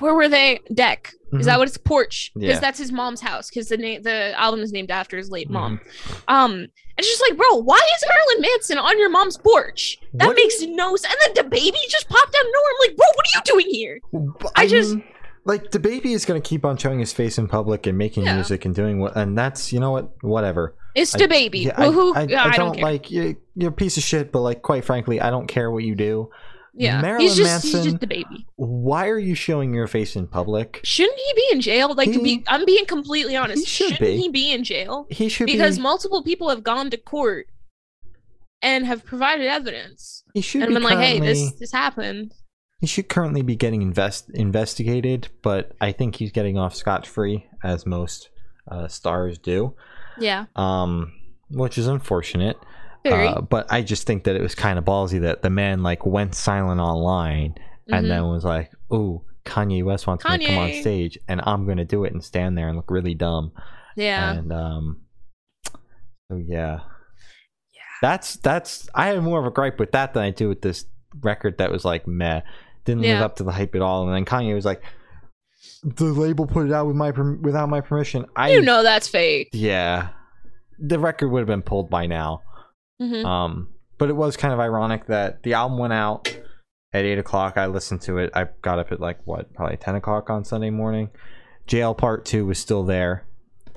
Speaker 1: where were they deck
Speaker 2: Mm-hmm.
Speaker 1: is that what it's porch because
Speaker 2: Yeah.
Speaker 1: that's his mom's house because the name the album is named after his late
Speaker 2: Mhm.
Speaker 1: mom um it's just like bro why is Marilyn Manson on your mom's porch that
Speaker 2: What-
Speaker 1: makes no sense and then the baby just popped out of nowhere I'm like bro what are you doing here
Speaker 2: But
Speaker 1: I just-
Speaker 2: mean, like the baby is gonna keep on showing his face in public and making
Speaker 1: Yeah.
Speaker 2: music and doing what, and that's you know what, whatever.
Speaker 1: it's
Speaker 2: I-
Speaker 1: the baby
Speaker 2: Yeah,
Speaker 1: well, who
Speaker 2: I, I,
Speaker 1: yeah,
Speaker 2: I
Speaker 1: I
Speaker 2: don't
Speaker 1: care
Speaker 2: like you're, you're a piece of shit, but like quite frankly, I don't care what you do.
Speaker 1: yeah
Speaker 2: Marilyn
Speaker 1: he's just he's
Speaker 2: Manson-
Speaker 1: just the baby
Speaker 2: Why are you showing your face in public?
Speaker 1: shouldn't he be in jail like to
Speaker 2: He-
Speaker 1: be I'm being completely honest
Speaker 2: should
Speaker 1: shouldn't
Speaker 2: be.
Speaker 1: he be in jail
Speaker 2: He should
Speaker 1: because
Speaker 2: be.
Speaker 1: multiple people have gone to court and have provided evidence
Speaker 2: He should
Speaker 1: and
Speaker 2: be
Speaker 1: been like, "Hey, this
Speaker 2: currently-
Speaker 1: this happened."
Speaker 2: He should currently be getting invest investigated, but I think he's getting off scot free, as most uh, stars do,
Speaker 1: Yeah,
Speaker 2: um, which is unfortunate.
Speaker 1: very.
Speaker 2: Uh, but I just think that it was kind of ballsy that the man like went silent online and
Speaker 1: Mhm.
Speaker 2: then was like, "Ooh, Kanye West wants me to come on
Speaker 1: Kanye.
Speaker 2: stage, and I'm gonna do it and stand there and look really dumb."
Speaker 1: yeah,
Speaker 2: And um, so yeah, yeah. That's that's I have more of a gripe with that than I do with this record that was like meh, didn't live
Speaker 1: Yeah.
Speaker 2: up to the hype at all. And then Kanye was like, "The label put it out with my perm- without my permission." I
Speaker 1: you know that's fake.
Speaker 2: yeah, the record would have been pulled by now.
Speaker 1: hmm
Speaker 2: Um, but it was kind of ironic that the album went out at eight o'clock. I listened to it. I got up at like what, probably ten o'clock on Sunday morning. Jail Part Two was still there.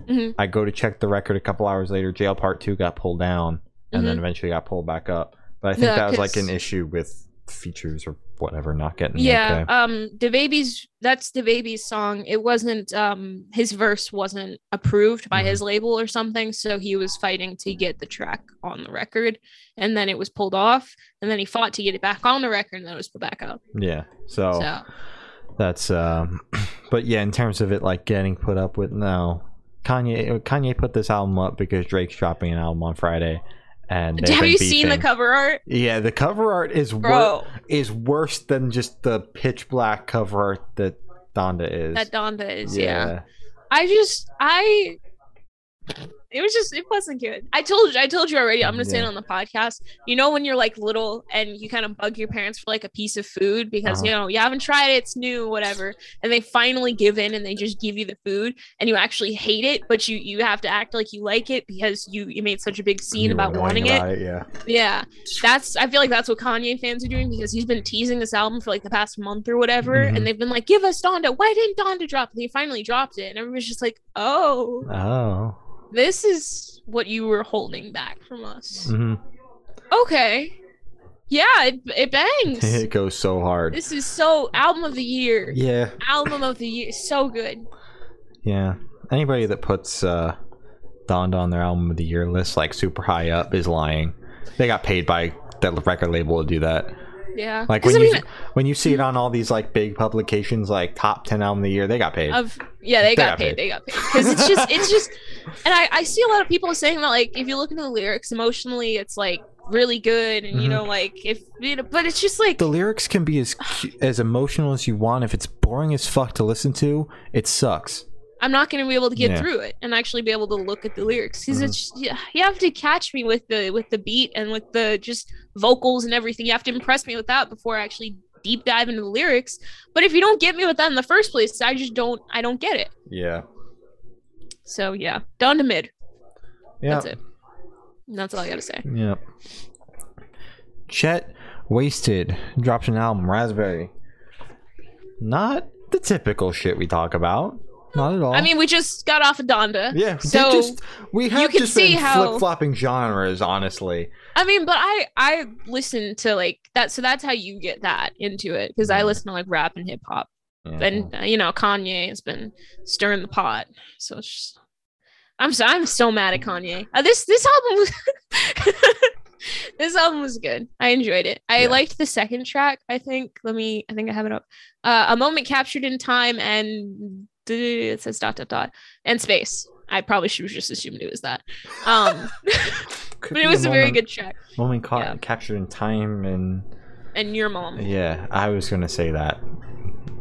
Speaker 1: Mhm.
Speaker 2: I go to check the record a couple hours later. Jail Part Two got pulled down, and then eventually got pulled back up. But I think
Speaker 1: Mm-hmm. Yeah,
Speaker 2: that was like
Speaker 1: 'cause-
Speaker 2: an issue with features or whatever not getting.
Speaker 1: Yeah,
Speaker 2: okay.
Speaker 1: um, the baby's that's the baby's song. It wasn't um his verse wasn't approved by
Speaker 2: Mhm.
Speaker 1: his label or something, so he was fighting to get the track on the record, and then it was pulled off, and then he fought to get it back on the record, and then it was put back up.
Speaker 2: yeah. So,
Speaker 1: So
Speaker 2: that's um. (clears throat) But yeah, in terms of it like getting put up with, no. Kanye uh, Kanye put this album up because Drake's dropping an album on Friday, and they've
Speaker 1: have
Speaker 2: been
Speaker 1: you seen the
Speaker 2: beefing.
Speaker 1: cover art,
Speaker 2: Yeah, the cover art is wor-
Speaker 1: bro?
Speaker 2: is worse than just the pitch black cover art that Donda is.
Speaker 1: That Donda is yeah. I just I it was just it wasn't good. I told you I told you already, I'm gonna say it
Speaker 2: Yeah.
Speaker 1: on the podcast. You know when you're like little and you kind of bug your parents for like a piece of food because
Speaker 2: Uh-huh.
Speaker 1: you know you haven't tried it, it's new, whatever, and they finally give in and they just give you the food and you actually hate it, but you you have to act like you like it because you you made such a big
Speaker 2: You
Speaker 1: scene
Speaker 2: were
Speaker 1: about
Speaker 2: annoying
Speaker 1: wanting it.
Speaker 2: about Yeah,
Speaker 1: Yeah, that's. I feel like that's what Kanye fans are doing because he's been teasing this album for like the past month or whatever,
Speaker 2: Mhm.
Speaker 1: and they've been like, "Give us Donda. Why didn't Donda drop?" And he finally dropped it, and everybody's just like, "Oh,
Speaker 2: oh,
Speaker 1: this is what you were holding back from us."
Speaker 2: hmm
Speaker 1: Okay, yeah, it it bangs.
Speaker 2: (laughs) (laughs) it goes so hard.
Speaker 1: this is so album of the year,
Speaker 2: Yeah,
Speaker 1: album of the year, so good.
Speaker 2: yeah. Anybody that puts uh, Donda on their album of the year list like super high up is lying. They got paid by that record label to do that.
Speaker 1: Yeah,
Speaker 2: Like
Speaker 1: 'Cause
Speaker 2: when
Speaker 1: I
Speaker 2: you
Speaker 1: mean,
Speaker 2: when you see it on all these like big publications like top ten album of the year, they got paid.
Speaker 1: of yeah they got paid they got paid because it's just it's
Speaker 2: (laughs)
Speaker 1: just and I, I see a lot of people saying that like if you look into the lyrics emotionally it's like really good and you
Speaker 2: Mhm.
Speaker 1: know like if you know but it's just like
Speaker 2: the lyrics can be as cu- as emotional as you want. If it's boring as fuck to listen to, it sucks.
Speaker 1: i'm not going to be able to get
Speaker 2: Yeah.
Speaker 1: through it and actually be able to look at the lyrics because
Speaker 2: Mhm.
Speaker 1: it's just, yeah, you have to catch me with the with the beat and with the just vocals and everything you have to impress me with that before i actually deep dive into the lyrics but if you don't get me with that in the first place i just don't i don't get it
Speaker 2: Yeah.
Speaker 1: so yeah down to mid
Speaker 2: Yeah.
Speaker 1: that's it And that's all i gotta say
Speaker 2: Yeah. Chet Wasted drops an album, Raspberry. Not the typical shit we talk about. Not at all.
Speaker 1: I mean, we just got off of Donda.
Speaker 2: yeah. they
Speaker 1: So
Speaker 2: just, we have
Speaker 1: can
Speaker 2: just
Speaker 1: see
Speaker 2: been
Speaker 1: how-
Speaker 2: flip flopping genres, honestly.
Speaker 1: I mean, but I I listen to like that, so that's how you get that into it because I
Speaker 2: Yeah.
Speaker 1: listen to like rap and hip hop.
Speaker 2: Mm-hmm. Yeah.
Speaker 1: and uh, you know Kanye has been stirring the pot. So it's just, I'm so I'm so mad at Kanye. Uh, this this album was (laughs) this album was good. I enjoyed it. I
Speaker 2: Yeah.
Speaker 1: liked the second track. I think. Let me. I think I have it up. Uh, a moment captured in time and it says dot dot dot and space. I probably should have just assumed it was that. Um,
Speaker 2: Could
Speaker 1: but it
Speaker 2: be
Speaker 1: was a very
Speaker 2: moment-
Speaker 1: good track.
Speaker 2: moment caught
Speaker 1: yeah.
Speaker 2: captured in time, and
Speaker 1: And your mom.
Speaker 2: yeah, I was gonna say that.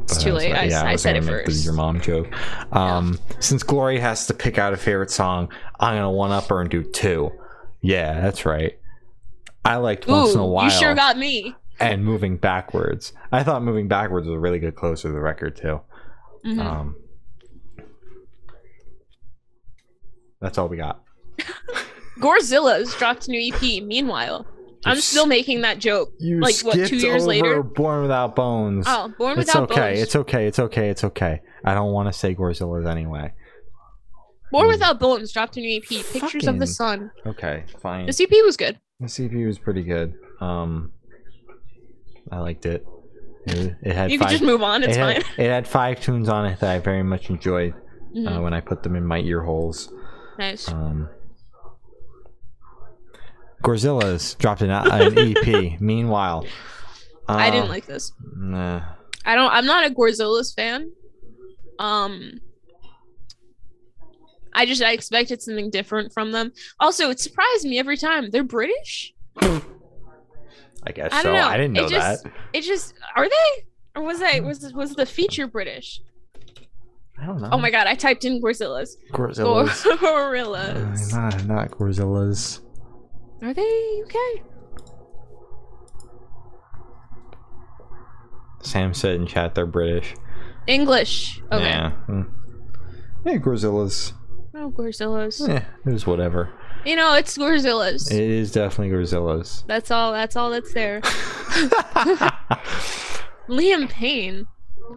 Speaker 1: It's
Speaker 2: But
Speaker 1: too
Speaker 2: I was
Speaker 1: late.
Speaker 2: like-
Speaker 1: I,
Speaker 2: yeah,
Speaker 1: I,
Speaker 2: was
Speaker 1: said it
Speaker 2: gonna make the
Speaker 1: first.
Speaker 2: Your mom joke. Um, Since Glory has to pick out a favorite song, I'm gonna one up her and do two. Yeah, that's right. I liked Once in a
Speaker 1: Ooh,
Speaker 2: While
Speaker 1: you sure got me.
Speaker 2: and Moving Backwards. I thought Moving Backwards was a really good close to the record too.
Speaker 1: Mhm.
Speaker 2: Um, that's all we got.
Speaker 1: Gorzilla's dropped a new EP. Meanwhile, I'm
Speaker 2: It's-
Speaker 1: still making that joke.
Speaker 2: You
Speaker 1: like, what, two
Speaker 2: skipped
Speaker 1: years
Speaker 2: over
Speaker 1: later?
Speaker 2: Born Without Bones.
Speaker 1: Oh, Born
Speaker 2: it's
Speaker 1: Without
Speaker 2: okay.
Speaker 1: Bones.
Speaker 2: It's okay. It's okay. It's okay. I don't want to say Gorzilla's anyway.
Speaker 1: Born Without Bones dropped a new EP. Pictures of
Speaker 2: mm. Fucking-
Speaker 1: the Sun.
Speaker 2: Okay, fine.
Speaker 1: This EP was good.
Speaker 2: The CPU was pretty good. Um, I liked it. It, it had
Speaker 1: You could
Speaker 2: five.
Speaker 1: just move on. It's
Speaker 2: it,
Speaker 1: fine.
Speaker 2: had, it had five tunes on it that I very much enjoyed
Speaker 1: Mhm.
Speaker 2: uh, when I put them in my ear holes.
Speaker 1: nice.
Speaker 2: Um, Gorzilla's dropped an, uh,
Speaker 1: (laughs)
Speaker 2: an EP. Meanwhile,
Speaker 1: I didn't
Speaker 2: Uh,
Speaker 1: like this.
Speaker 2: Nah.
Speaker 1: I don't. I'm not a Gorzilla's fan. Um, I just I expected something different from them. Also, it surprised me every time. They're British.
Speaker 2: I guess
Speaker 1: I
Speaker 2: so.
Speaker 1: don't know.
Speaker 2: I didn't
Speaker 1: It
Speaker 2: know
Speaker 1: just-
Speaker 2: that.
Speaker 1: It just are they or was I was was the feature British?
Speaker 2: I don't know.
Speaker 1: Oh my god! I typed in Gorzilla's.
Speaker 2: Gorzilla's.
Speaker 1: Gor-
Speaker 2: Uh,
Speaker 1: (laughs) Gorillas.
Speaker 2: not, not Gorzilla's.
Speaker 1: Are they okay?
Speaker 2: Sam said in chat they're British.
Speaker 1: English. Okay.
Speaker 2: Yeah. Mm. Yeah, Gorzilla's.
Speaker 1: Oh, Gorillas.
Speaker 2: Yeah, Eh, it was whatever.
Speaker 1: You know, it's Gorillas.
Speaker 2: It is definitely
Speaker 1: (laughs)
Speaker 2: Gorzilla's.
Speaker 1: that's all. That's all that's there. Liam Payne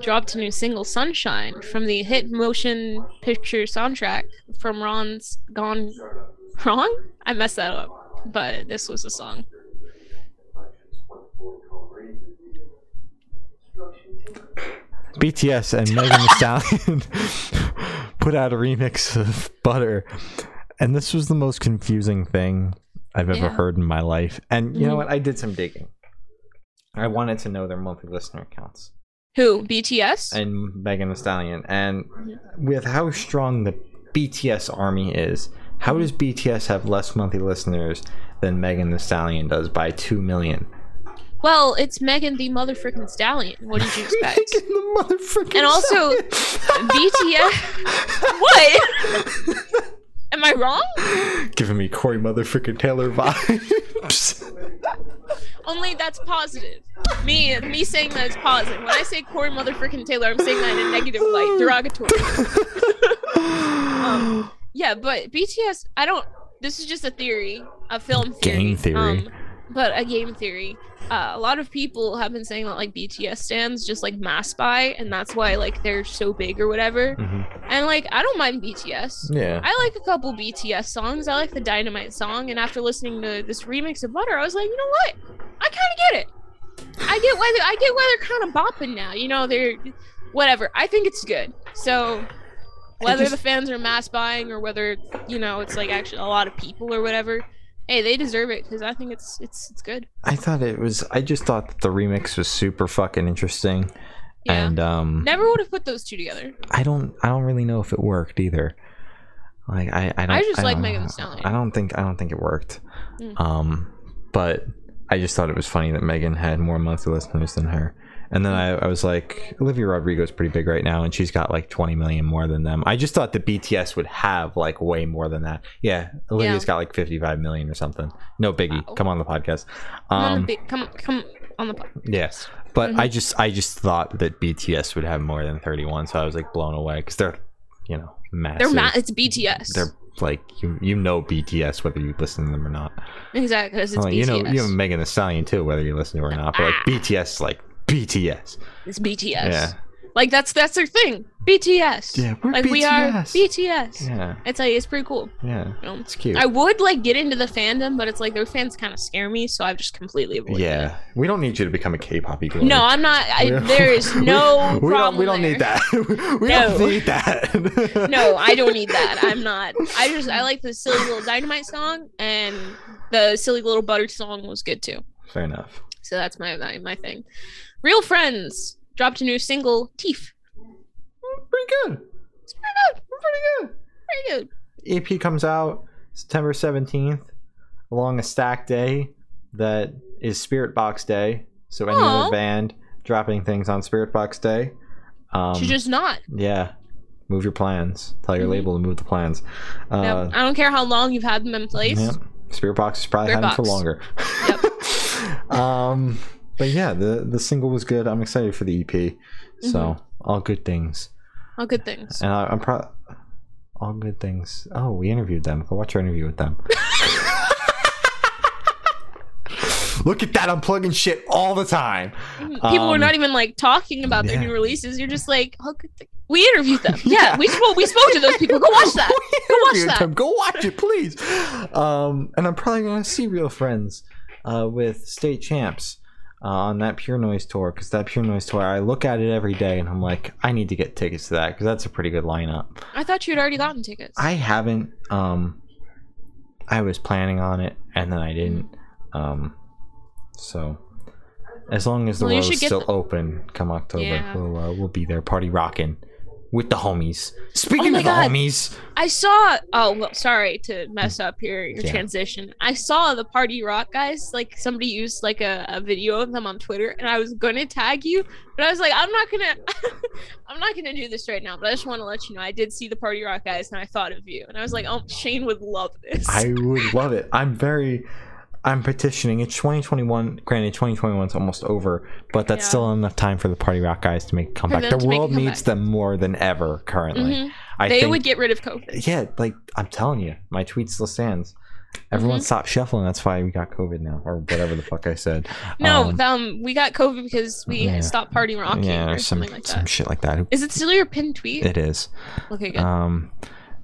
Speaker 1: dropped a new single, "Sunshine," from the hit motion picture soundtrack from Ron's Gone Wrong. I messed that up, but this was the song.
Speaker 2: BTS and Megan Thee Stallion (laughs) put out a remix of Butter, and this was the most confusing thing I've ever
Speaker 1: Yeah.
Speaker 2: heard in my life. And you know
Speaker 1: Mhm.
Speaker 2: what? I did some digging. I wanted to know their monthly listener counts
Speaker 1: Who? BTS.
Speaker 2: and Megan Thee Stallion, and
Speaker 1: Yeah.
Speaker 2: with how strong the BTS army is, how does BTS have less monthly listeners than Megan Thee Stallion does by two million?
Speaker 1: well, it's Megan the motherfucking stallion. What did you
Speaker 2: (laughs)
Speaker 1: expect?
Speaker 2: Megan the motherfucking
Speaker 1: And also,
Speaker 2: Stallion.
Speaker 1: BTS. what? (laughs) Am I wrong?
Speaker 2: (laughs) Giving me Corey motherfucking Taylor vibes. (laughs)
Speaker 1: Only that's positive. Me, me saying that is positive. When I say Corey motherfucking Taylor, I'm saying that in a negative
Speaker 2: (laughs)
Speaker 1: light, derogatory. Yeah, but BTS, I don't. This is just a theory, a film theory, um,
Speaker 2: Game theory.
Speaker 1: but a game theory. Uh, a lot of people have been saying that like BTS stands just like mass spy, and that's why like they're so big or whatever.
Speaker 2: Mhm.
Speaker 1: And like I don't mind BTS.
Speaker 2: Yeah.
Speaker 1: I like a couple BTS songs. I like the Dynamite song, and after listening to this remix of Butter, I was like, you know what? I kind of get it. I get why they, I get why they're kind of bopping now. You know, they're whatever. I think it's good. So whether
Speaker 2: just-
Speaker 1: the fans are mass buying or whether you know it's like actually a lot of people or whatever, hey, they deserve it because I think it's it's it's good.
Speaker 2: I thought it was. I just thought that the remix was super fucking interesting,
Speaker 1: Yeah.
Speaker 2: and um,
Speaker 1: Never would have put those two together.
Speaker 2: I don't. I don't really know if it worked either. Like I. I, don't,
Speaker 1: I just like
Speaker 2: don't
Speaker 1: Megan
Speaker 2: know.
Speaker 1: Thee Stallion.
Speaker 2: I don't think. I don't think it worked.
Speaker 1: Mm.
Speaker 2: Um, but I just thought it was funny that Megan had more monthly listeners than her. And then I, I was like, Olivia Rodrigo's pretty big right now, and she's got like 20 million more than them. I just thought the BTS would have like way more than that. Yeah, Olivia's got like 55 million or something. No biggie.
Speaker 1: Wow.
Speaker 2: Come on the podcast.
Speaker 1: Come on
Speaker 2: Um,
Speaker 1: the big, come come on the podcast.
Speaker 2: yes, but
Speaker 1: Mm-hmm.
Speaker 2: I just I just thought that BTS would have more than 31, so I was like blown away because they're, you know, massive.
Speaker 1: They're ma- It's BTS.
Speaker 2: They're like you you know BTS whether you listen to them or not.
Speaker 1: exactly. 'cause It's
Speaker 2: Well,
Speaker 1: BTS.
Speaker 2: Oh, you know, you have Megan Thee Stallion too, whether you listen to her or not. But like
Speaker 1: Ah.
Speaker 2: BTS, is like BTS.
Speaker 1: It's BTS.
Speaker 2: Yeah,
Speaker 1: Like that's that's their thing. BTS.
Speaker 2: Yeah, we're
Speaker 1: like
Speaker 2: BTS.
Speaker 1: we are BTS.
Speaker 2: yeah,
Speaker 1: It's like it's pretty cool.
Speaker 2: yeah.
Speaker 1: you know?
Speaker 2: It's cute.
Speaker 1: I would like get into the fandom, but it's like their fans kind of scare me, so I've just completely avoided.
Speaker 2: yeah,
Speaker 1: it.
Speaker 2: we don't need you to become a K-pop idol.
Speaker 1: No, I'm not.
Speaker 2: (laughs)
Speaker 1: I, there is no
Speaker 2: we,
Speaker 1: problem.
Speaker 2: We don't, we don't need
Speaker 1: there.
Speaker 2: that. (laughs) we
Speaker 1: No.
Speaker 2: don't need that.
Speaker 1: No, I don't need that. I'm not. I just I like the silly little dynamite song, and the silly little butter song was good too.
Speaker 2: (laughs) Fair enough.
Speaker 1: So that's my my, my thing. Real Friends dropped a new single, Teeth.
Speaker 2: Pretty good.
Speaker 1: It's pretty good.
Speaker 2: Pretty
Speaker 1: Pretty good.
Speaker 2: good. EP comes out September 17th, along a stack day that is Spirit Box Day. So any
Speaker 1: Aw.
Speaker 2: other band dropping things on Spirit Box Day. Um,
Speaker 1: Should just not.
Speaker 2: yeah, move your plans. Tell your
Speaker 1: Mhm.
Speaker 2: label to move the plans. uh,
Speaker 1: No, I don't care how long you've had them in place.
Speaker 2: Yep. Spirit Box is probably
Speaker 1: Spirit
Speaker 2: had it for
Speaker 1: Box.
Speaker 2: longer. (laughs) um, but yeah, the the single was good. I'm excited for the EP. So
Speaker 1: Mm-hmm.
Speaker 2: all good things,
Speaker 1: All good things.
Speaker 2: and I, I'm pro. All good things. Oh, we interviewed them. Go watch our interview with them. (laughs) Look at that! I'm plugging shit all the time.
Speaker 1: People were
Speaker 2: Um,
Speaker 1: not even like talking about their
Speaker 2: yeah.
Speaker 1: new releases. You're just like, oh, good thing. we interviewed them. Yeah,
Speaker 2: (laughs) Yeah.
Speaker 1: we spoke. We spoke to those people. Go
Speaker 2: (laughs)
Speaker 1: watch that.
Speaker 2: Go
Speaker 1: watch that.
Speaker 2: Go watch it, please. Um, and I'm probably gonna see Real Friends uh, with State Champs uh, on that Pure Noise tour because that Pure Noise tour, I look at it every day and I'm like, I need to get tickets to that because that's a pretty good lineup.
Speaker 1: I thought you had already gotten tickets.
Speaker 2: I haven't. Um, I was planning on it and then I didn't. Um, so. As long as the
Speaker 1: Well, you
Speaker 2: road's
Speaker 1: should get
Speaker 2: still
Speaker 1: the-
Speaker 2: open come October,
Speaker 1: Yeah.
Speaker 2: we'll uh, we'll be there party rocking with the homies. Speaking
Speaker 1: Oh my
Speaker 2: of the
Speaker 1: God.
Speaker 2: homies,
Speaker 1: I saw. Oh, well, sorry to mess up your, your
Speaker 2: Yeah.
Speaker 1: transition. I saw the Party Rock guys. Like somebody used like a, a video of them on Twitter, and I was gonna tag you, but I was like, I'm not gonna, (laughs) I'm not gonna do this right now. But I just want to let you know, I did see the Party Rock guys, and I thought of you, and I was like, oh, Shane would love this.
Speaker 2: I would love it. I'm very, I'm petitioning. It's 2021. Granted, 2021 is almost over, but that's
Speaker 1: Yeah.
Speaker 2: still enough time for the Party Rock guys to make a comeback.
Speaker 1: them
Speaker 2: The
Speaker 1: to make a
Speaker 2: world needs them more than ever currently.
Speaker 1: Mhm.
Speaker 2: I
Speaker 1: They
Speaker 2: think,
Speaker 1: would get rid of COVID.
Speaker 2: yeah, like I'm telling you, my tweet still stands. Everyone
Speaker 1: Mm-hmm.
Speaker 2: stopped shuffling. That's why we got COVID now, or whatever the fuck
Speaker 1: (laughs)
Speaker 2: I said.
Speaker 1: No,
Speaker 2: Um,
Speaker 1: um, we got COVID because we
Speaker 2: yeah.
Speaker 1: stopped Party Rocking
Speaker 2: yeah,
Speaker 1: or
Speaker 2: or some
Speaker 1: something like
Speaker 2: some
Speaker 1: that.
Speaker 2: shit like that.
Speaker 1: Is it still your pinned tweet?
Speaker 2: It is.
Speaker 1: okay, good.
Speaker 2: Um,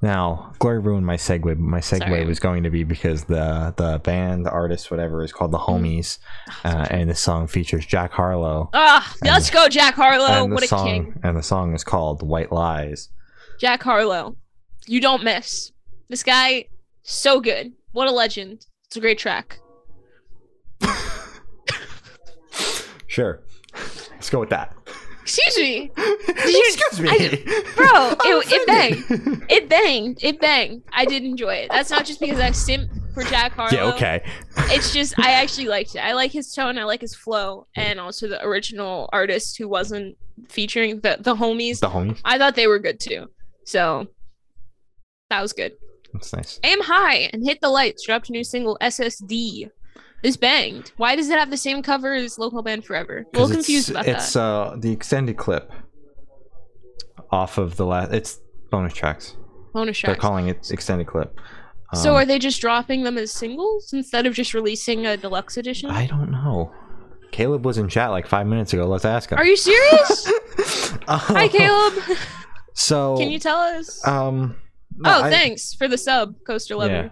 Speaker 2: now Glory ruined my segue. But my segue
Speaker 1: Sorry.
Speaker 2: was going to be because the the band, the artist, whatever, is called the
Speaker 1: Mm-hmm.
Speaker 2: Homies, uh, and the song features Jack Harlow.
Speaker 1: Ah, let's go, Jack Harlow.
Speaker 2: and
Speaker 1: Oh,
Speaker 2: the
Speaker 1: What a
Speaker 2: song
Speaker 1: king.
Speaker 2: and the song is called White Lies.
Speaker 1: Jack Harlow. You don't miss. This guy, so good. What a legend. It's a great track.
Speaker 2: Sure, (laughs) let's go with that.
Speaker 1: Excuse me.
Speaker 2: (laughs) Excuse me,
Speaker 1: Bro,
Speaker 2: (laughs) I'm
Speaker 1: it, it banged.
Speaker 2: offended.
Speaker 1: It banged. It banged. I did enjoy it. That's not just because I simp for Jack Harlow.
Speaker 2: (laughs) (laughs) Yeah, okay.
Speaker 1: It's just I actually liked it. I like his tone, I like his flow, and also the original artist who wasn't featuring the, the homies.
Speaker 2: The Homies.
Speaker 1: I thought they were good too. So that was good.
Speaker 2: That's nice.
Speaker 1: Aim High and Hit the Lights dropped a new single, SSD. This banged. Why does it have the same cover as Local Band Forever? A
Speaker 2: 'Cause
Speaker 1: little confused about
Speaker 2: It's uh, the extended clip off of the last. It's bonus tracks.
Speaker 1: that. Bonus
Speaker 2: They're
Speaker 1: tracks.
Speaker 2: calling it extended clip.
Speaker 1: so
Speaker 2: Um,
Speaker 1: are they just dropping them as singles instead of just releasing a deluxe edition?
Speaker 2: I don't know. Caleb was in chat like five minutes ago. Let's ask him. (laughs)
Speaker 1: Are you serious? Hi, Caleb.
Speaker 2: So
Speaker 1: Can you tell us?
Speaker 2: Um. no,
Speaker 1: oh,
Speaker 2: I-
Speaker 1: thanks for the sub, Coaster
Speaker 2: Yeah.
Speaker 1: Lover.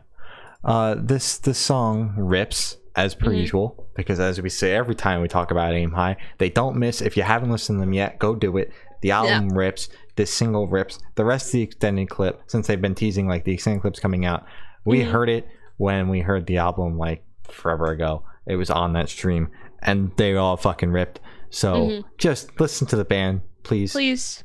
Speaker 2: Uh, this this song rips as per
Speaker 1: Mhm.
Speaker 2: usual because as we say every time we talk about Aim High, they don't miss. If you haven't listened to them yet, go do it. The album rips. This single rips. The rest of the extended clip, since they've been teasing like the extended clips coming out, we
Speaker 1: Mhm.
Speaker 2: heard it when we heard the album like forever ago. It was on that stream, and they all fucking ripped. So
Speaker 1: Mhm.
Speaker 2: just listen to the band, please.
Speaker 1: Please.